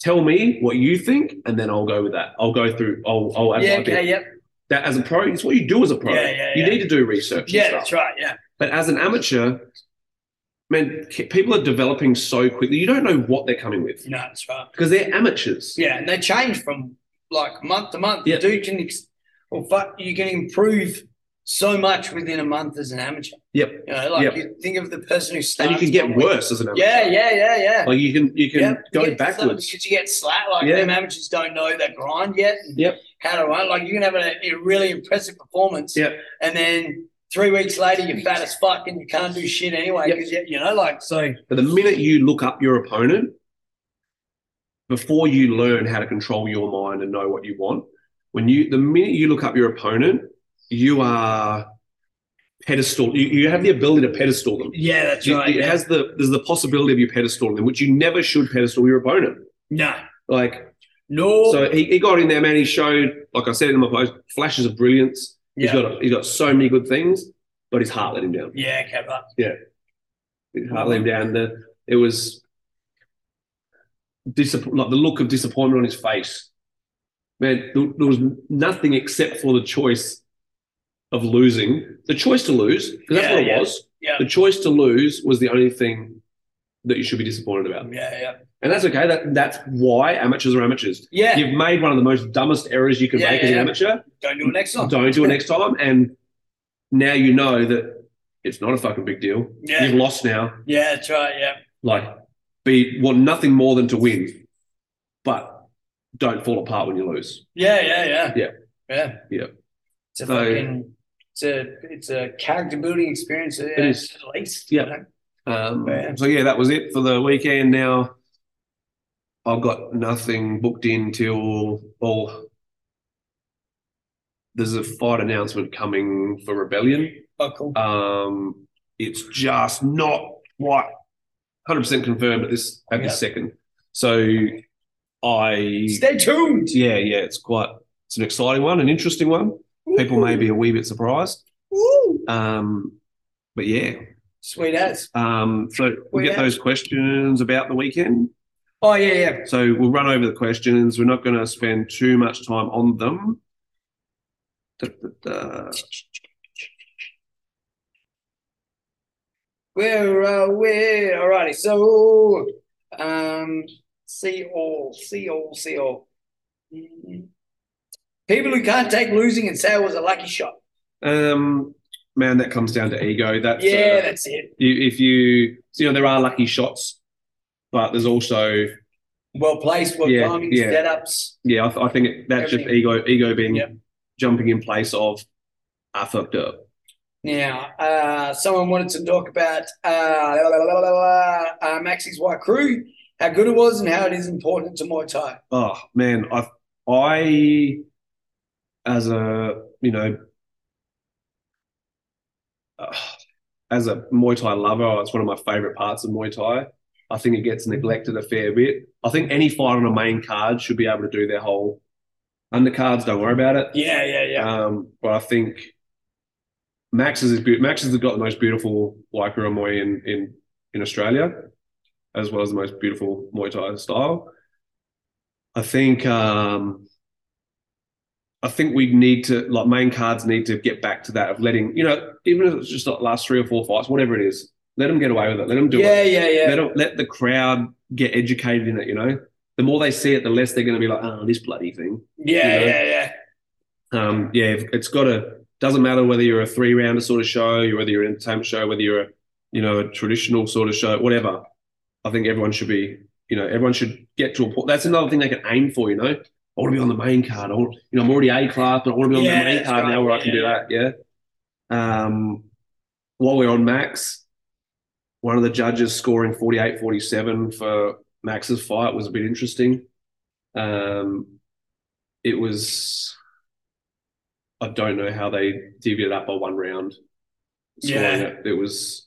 S2: Tell me what you think, and then I'll go with that. I'll go through. I'll I'll add
S1: Yeah.
S2: my bit.
S1: Okay. Yep.
S2: that as a pro. It's what you do as a pro.
S1: Yeah, yeah,
S2: you
S1: yeah.
S2: need to do research.
S1: Yeah.
S2: and stuff.
S1: That's right. Yeah.
S2: But as an amateur, man, ki- people are developing so quickly. You don't know what they're coming with
S1: No, that's right.
S2: because they're amateurs.
S1: Yeah, and they change from like month to month.
S2: Yeah.
S1: Dude can, ex- well, fuck, you can improve so much within a month as an amateur.
S2: Yep.
S1: You know, like
S2: Yep.
S1: you think of the person who starts.
S2: And you can get
S1: one week-
S2: worse as an amateur.
S1: Yeah, yeah, yeah, yeah.
S2: Like you can you can
S1: Yeah,
S2: go
S1: you get
S2: backwards.
S1: Because you get slack. Like
S2: Yeah.
S1: them amateurs don't know that grind yet. and
S2: Yep.
S1: How to run. Like you can have a, a really impressive performance.
S2: Yep.
S1: And then three weeks later, you're fat as fuck and you can't do shit anyway.
S2: Yep.
S1: 'cause you, you know, like so.
S2: But the minute you look up your opponent, before you learn how to control your mind and know what you want, when you the minute you look up your opponent, you are pedestal. You, you have the ability to pedestal them.
S1: Yeah, that's
S2: You-
S1: right.
S2: it
S1: Yeah.
S2: has the there's the possibility of you pedestaling them, which you never should pedestal your opponent.
S1: No.
S2: Like
S1: No.
S2: so, he, he got in there, man. He showed, like I said in my post, flashes of brilliance.
S1: yeah.
S2: He's got he's got so many good things, but his heart let him down.
S1: yeah. Okay. Right.
S2: His heart let him down. The, it was disapp- like the look of disappointment on his face. Man, there, there was nothing except for the choice of losing, the choice to lose, because that's
S1: Yeah,
S2: what it
S1: yeah.
S2: was.
S1: Yeah.
S2: The choice to lose was the only thing that you should be disappointed about.
S1: Um, Yeah. Yeah.
S2: And that's okay. That that's why amateurs are amateurs.
S1: Yeah.
S2: You've made one of the most dumbest errors you can
S1: Yeah,
S2: make
S1: yeah,
S2: as an
S1: yeah. Oh.
S2: amateur.
S1: Don't do it next time.
S2: Don't do it next time. And now you know that it's not a fucking big deal.
S1: Yeah.
S2: You've lost now.
S1: Yeah. That's right. Yeah.
S2: Like be want nothing more than to win. But don't fall apart when you lose.
S1: Yeah. Yeah. Yeah.
S2: Yeah.
S1: Yeah.
S2: Yeah.
S1: It's
S2: So-
S1: a fucking. It's a it's a character building experience. It
S2: is.
S1: At least.
S2: Yeah.
S1: You know?
S2: Um,
S1: Man.
S2: so yeah, that was it for the weekend. Now I've got nothing booked in till well there's a fight announcement coming for Rebellion.
S1: Oh, cool.
S2: Um, it's just not quite 100% confirmed at this at this second. So I
S1: Stay tuned.
S2: yeah yeah it's quite it's an exciting one, an interesting one. People may be a wee bit surprised.
S1: Woo.
S2: Um, but yeah,
S1: Sweet as.
S2: um, so we'll get
S1: Yeah.
S2: those questions about the weekend.
S1: Oh yeah, yeah.
S2: So we'll run over the questions. We're not going to spend too much time on them. Da, da, da.
S1: Where are we? uh, Alrighty, so um see all, see all, see all. Mm. People who can't take losing and say it was a lucky shot.
S2: Um, man, that comes down to ego. That's uh,
S1: yeah, that's it.
S2: you, if you so, you know there are lucky shots but there's also
S1: Well placed, well
S2: Yeah,
S1: timing,
S2: yeah.
S1: setups.
S2: yeah i, th- I think it, that's just
S1: Everything.
S2: ego ego being
S1: Yep.
S2: jumping in place of i fucked up
S1: Now, uh, someone wanted to talk about uh, la, la, la, la, la, la, uh, Maxi's White Crew how good it was and how it is important to Muay Thai.
S2: Oh man, I I as a you know uh, as a Muay Thai lover, oh, it's one of my favorite parts of Muay Thai. I think it gets neglected a fair bit. I think any fight on a main card should be able to do their whole undercards. Don't worry about it.
S1: Yeah, yeah, yeah.
S2: Um, but I think Max is be- Max has got the most beautiful Waikura Muay in, in in Australia, as well as the most beautiful Muay Thai style. I think um, I think we need to like main cards need to get back to that of letting you know even if it's just like last three or four fights, whatever it is, let them get away with it. Let them do
S1: yeah,
S2: it.
S1: yeah, yeah,
S2: Let 'em- let the crowd get educated in it. You know, the more they see it, the less they're going to be like, oh, this bloody thing.
S1: yeah,
S2: you know.
S1: yeah, yeah.
S2: Um, yeah, it's got to. Doesn't matter whether you're a three rounder sort of show, you whether you're an entertainment show, whether you're a you know a traditional sort of show, whatever. I think everyone should be. You know, everyone should get to a point. That's another thing they can aim for. You know, I want to be on the main card. I want, you know, I'm already A class, but I want to be on
S1: Yeah,
S2: the main
S1: that's
S2: card
S1: right.
S2: now where I can do
S1: Yeah.
S2: that. Yeah. Um, while we're on Max, one of the judges scoring 48-47 for Max's fight was a bit interesting. Um, it was I don't know how they divvied it up by one round. Scoring
S1: Yeah.
S2: it. it was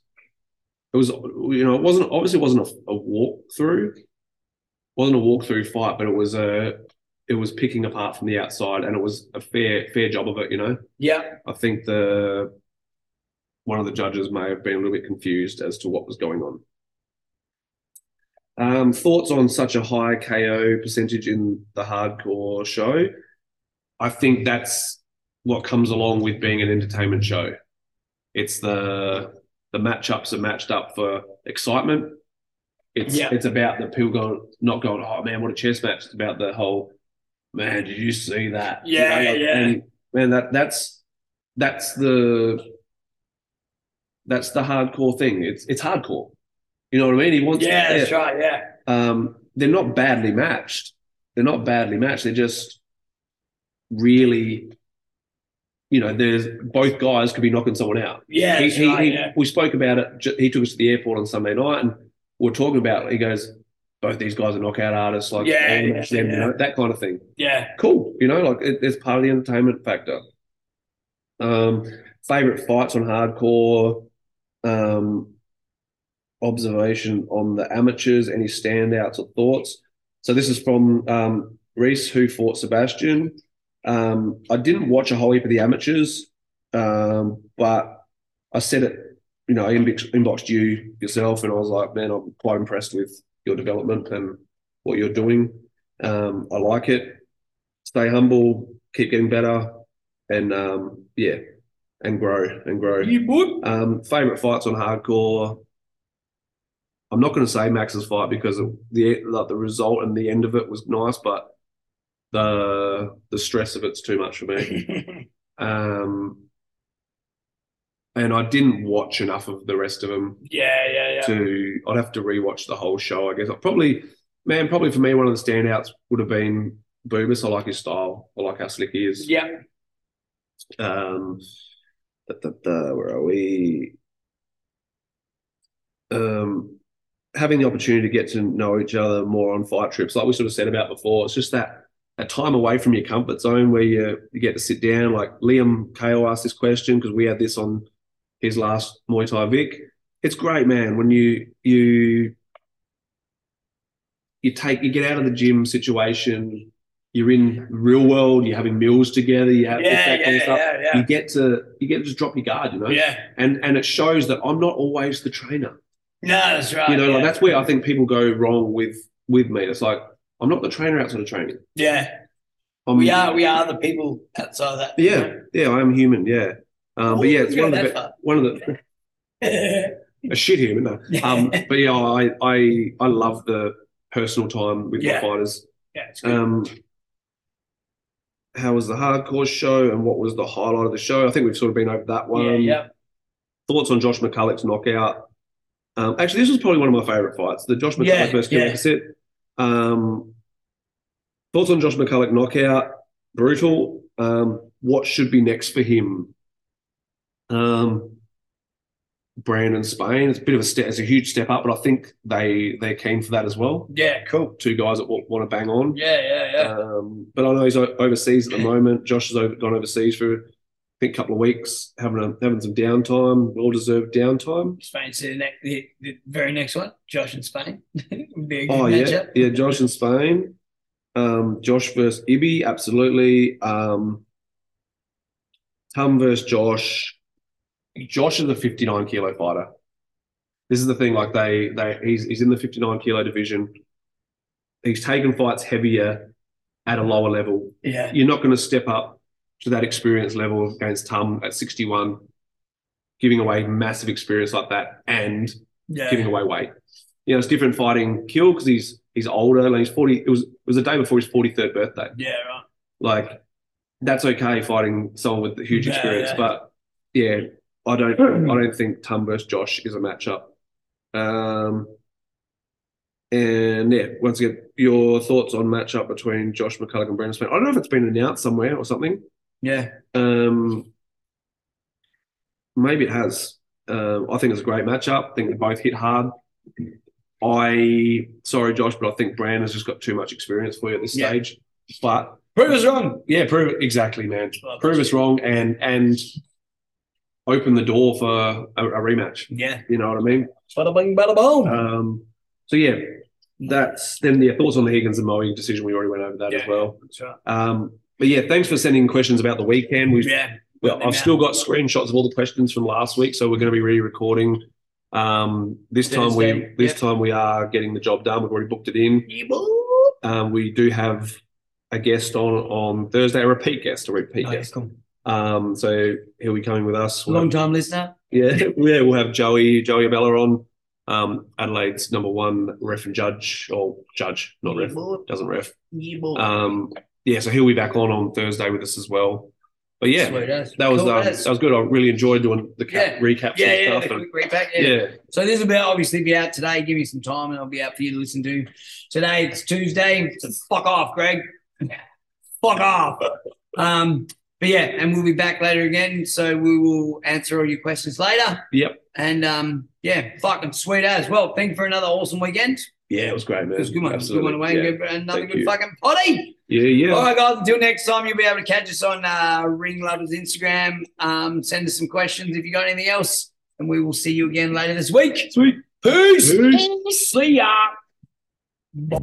S2: it was you know it wasn't obviously it wasn't a, a walkthrough, wasn't a walkthrough fight, but it was a it was picking apart from the outside, and it was a fair fair job of it. You know,
S1: Yeah,
S2: I think the one of the judges may have been a little bit confused as to what was going on. Um, thoughts on such a high KO percentage in the hardcore show? I think that's what comes along with being an entertainment show. It's the the matchups are matched up for excitement. It's
S1: Yeah.
S2: it's about the people going not going, oh man, what a chess match. It's about the whole man, did you see that? You
S1: Yeah,
S2: know,
S1: yeah.
S2: And man, that that's that's the that's the hardcore thing. It's it's hardcore. You know what I mean? He wants
S1: yeah, that's right. Yeah,
S2: um, they're not badly matched. They're not badly matched. They're just really, you know, there's both guys could be knocking someone out.
S1: yeah,
S2: He-
S1: that's
S2: he-
S1: right.
S2: he-
S1: yeah.
S2: We spoke about it. ju- He took us to the airport on Sunday night, and we are talking about. It. He goes, "Both these guys are knockout artists, like
S1: Yeah,
S2: I'll match
S1: yeah,
S2: them, you
S1: yeah.
S2: know, that kind of thing."
S1: yeah.
S2: cool. You know, like it, it's part of the entertainment factor. Um, favorite fights on hardcore. Um, observation on the amateurs. Any standouts or thoughts? So this is from um, Reese, who fought Sebastian. Um, I didn't watch a whole heap of the amateurs, um, but I said it. You know, I inbox, inboxed you yourself, and I was like, "Man, I'm quite impressed with your development and what you're doing. Um, I like it stay humble, keep getting better, and um, yeah, and grow and grow.
S1: You would?
S2: Um, favorite fights on hardcore. I'm not going to say Max's fight because of the like the result and the end of it was nice, but the the stress of it's too much for me. Um, and I didn't watch enough of the rest of them
S1: yeah, yeah, yeah.
S2: to I'd have to rewatch the whole show. I guess I probably, man, probably for me one of the standouts would have been Boobus. I like his style. I like how slick he is.
S1: Yeah,
S2: Um, da, da, da, where are we? Um, having the opportunity to get to know each other more on fight trips, like we sort of said about before, it's just that that time away from your comfort zone where you, you get to sit down. Like Liam Kale asked this question because we had this on his last Muay Thai Vic. It's great, man, when you you you take you get out of the gym situation. You're in real world. You're having meals together. You
S1: yeah,
S2: have this,
S1: yeah,
S2: that kind of stuff
S1: yeah, yeah.
S2: you get to you get to just drop your guard, you know.
S1: Yeah.
S2: And and it shows that I'm not always the trainer.
S1: No, that's right.
S2: you know,
S1: Uh, yeah.
S2: like that's where I think people go wrong with with me. It's like I'm not the trainer outside of training.
S1: yeah.
S2: I'm,
S1: We are we are the people outside that.
S2: Yeah, yeah, I am human. Yeah. Um, but yeah, it's
S1: Ooh,
S2: one of
S1: yeah,
S2: the
S1: that
S2: be-
S1: far.
S2: one of the a shit human. No. Um, but yeah, I I I love the personal time with
S1: Yeah.
S2: my fighters.
S1: yeah, it's good.
S2: Um, how was the hardcore show and what was the highlight of the show? I think we've sort of been over that one.
S1: yeah, yeah.
S2: thoughts on Josh McCulloch's knockout. Um, actually, this was probably one of my favorite fights, the Josh McCulloch
S1: Yeah,
S2: versus
S1: yeah.
S2: Kevin Cassett. Um, thoughts on Josh McCulloch knockout, brutal. Um, what should be next for him? Um, brand in Spain. It's a bit of a step, it's a huge step up, but I think they they're keen for that as well.
S1: Yeah, cool.
S2: Two guys that w- want to bang on.
S1: Yeah, yeah, yeah.
S2: Um, but I know he's o- overseas at the moment. Josh has over, gone overseas for I think a couple of weeks, having a, having some downtime, well deserved downtime.
S1: Spain to the, ne- the, the very next one, Josh in Spain. Would be a good
S2: Oh yeah,
S1: matchup.
S2: yeah. Josh in Spain. Um, Josh versus Ibby, absolutely. Um, Tom versus Josh. Josh is a fifty-nine kilo fighter. This is the thing. Like they, they, he's he's in the fifty-nine kilo division. He's taken fights heavier at a lower level.
S1: Yeah.
S2: You're not going to step up to that experience level against Tom at sixty-one, giving away massive experience like that and
S1: Yeah.
S2: giving away weight. You know, it's different fighting Kill because he's he's older. Like he's forty. It was it was the day before his forty third birthday.
S1: Yeah, right.
S2: Like that's okay fighting someone with huge
S1: Yeah,
S2: experience,
S1: yeah.
S2: but yeah, I don't I don't think Tom versus Josh is a matchup. Um, and yeah, once again, your thoughts on matchup between Josh McCulloch and Brandon Spain. I don't know if it's been announced somewhere or something.
S1: Yeah.
S2: Um, maybe it has. Um, I think it's a great matchup. I think they both hit hard. I sorry, Josh, but I think Brand has just got too much experience for you at this
S1: Yeah.
S2: stage. But
S1: Prove us wrong.
S2: yeah, prove it exactly, man.
S1: Well,
S2: Prove us wrong and and open the door for a, a rematch.
S1: Yeah.
S2: You know what I mean?
S1: Bada bing, bada boom.
S2: Um, so yeah, that's then the thoughts on the Higgins and Moe decision. We already went over that
S1: Yeah.
S2: as well.
S1: That's right.
S2: Um, but yeah, thanks for sending questions about the weekend. We've
S1: Yeah.
S2: well,
S1: Them
S2: I've
S1: out.
S2: still got screenshots of all the questions from last week, so we're going to be re-recording. Um, this time we
S1: Thursday,
S2: this
S1: yep.
S2: time we are getting the job done. We've already booked it in. Um, we do have a guest on on Thursday, a repeat guest, a repeat
S1: Oh, yeah,
S2: guest.
S1: cool.
S2: Um, so he'll be coming with us. We'll
S1: Long
S2: have-
S1: time listener.
S2: yeah, yeah, we'll have Joey Joey Abella on. Um, Adelaide's number one ref and judge, or judge, not ref, doesn't ref. Um, yeah, so he'll be back on on Thursday with us as well. But yeah,
S1: Sweet as.
S2: that was
S1: Cool
S2: um,
S1: as.
S2: that was good. I really enjoyed doing the
S1: Yeah.
S2: cap recaps
S1: yeah, yeah,
S2: and
S1: the
S2: stuff.
S1: quick repack,
S2: and, yeah.
S1: So this will be obviously be out today. Give me some time, and I'll be out for you to listen to. Today it's Tuesday. So fuck off, Greg. fuck off. Um, but yeah, and we'll be back later again. So we will answer all your questions later.
S2: Yep.
S1: And um, yeah, fucking sweet as well. Thank you for another awesome weekend.
S2: yeah, it was great, man.
S1: It was a good one. It was a good
S2: Absolutely.
S1: one away. and good- Another
S2: Thank
S1: good
S2: you.
S1: fucking potty.
S2: Yeah, yeah, yeah.
S1: All right, guys. Until next time, you'll be able to catch us on uh, Ring Lovers Instagram. Um, send us some questions if you got anything else, and we will see you again later this week.
S2: Sweet.
S1: Peace.
S2: Peace.
S1: See ya.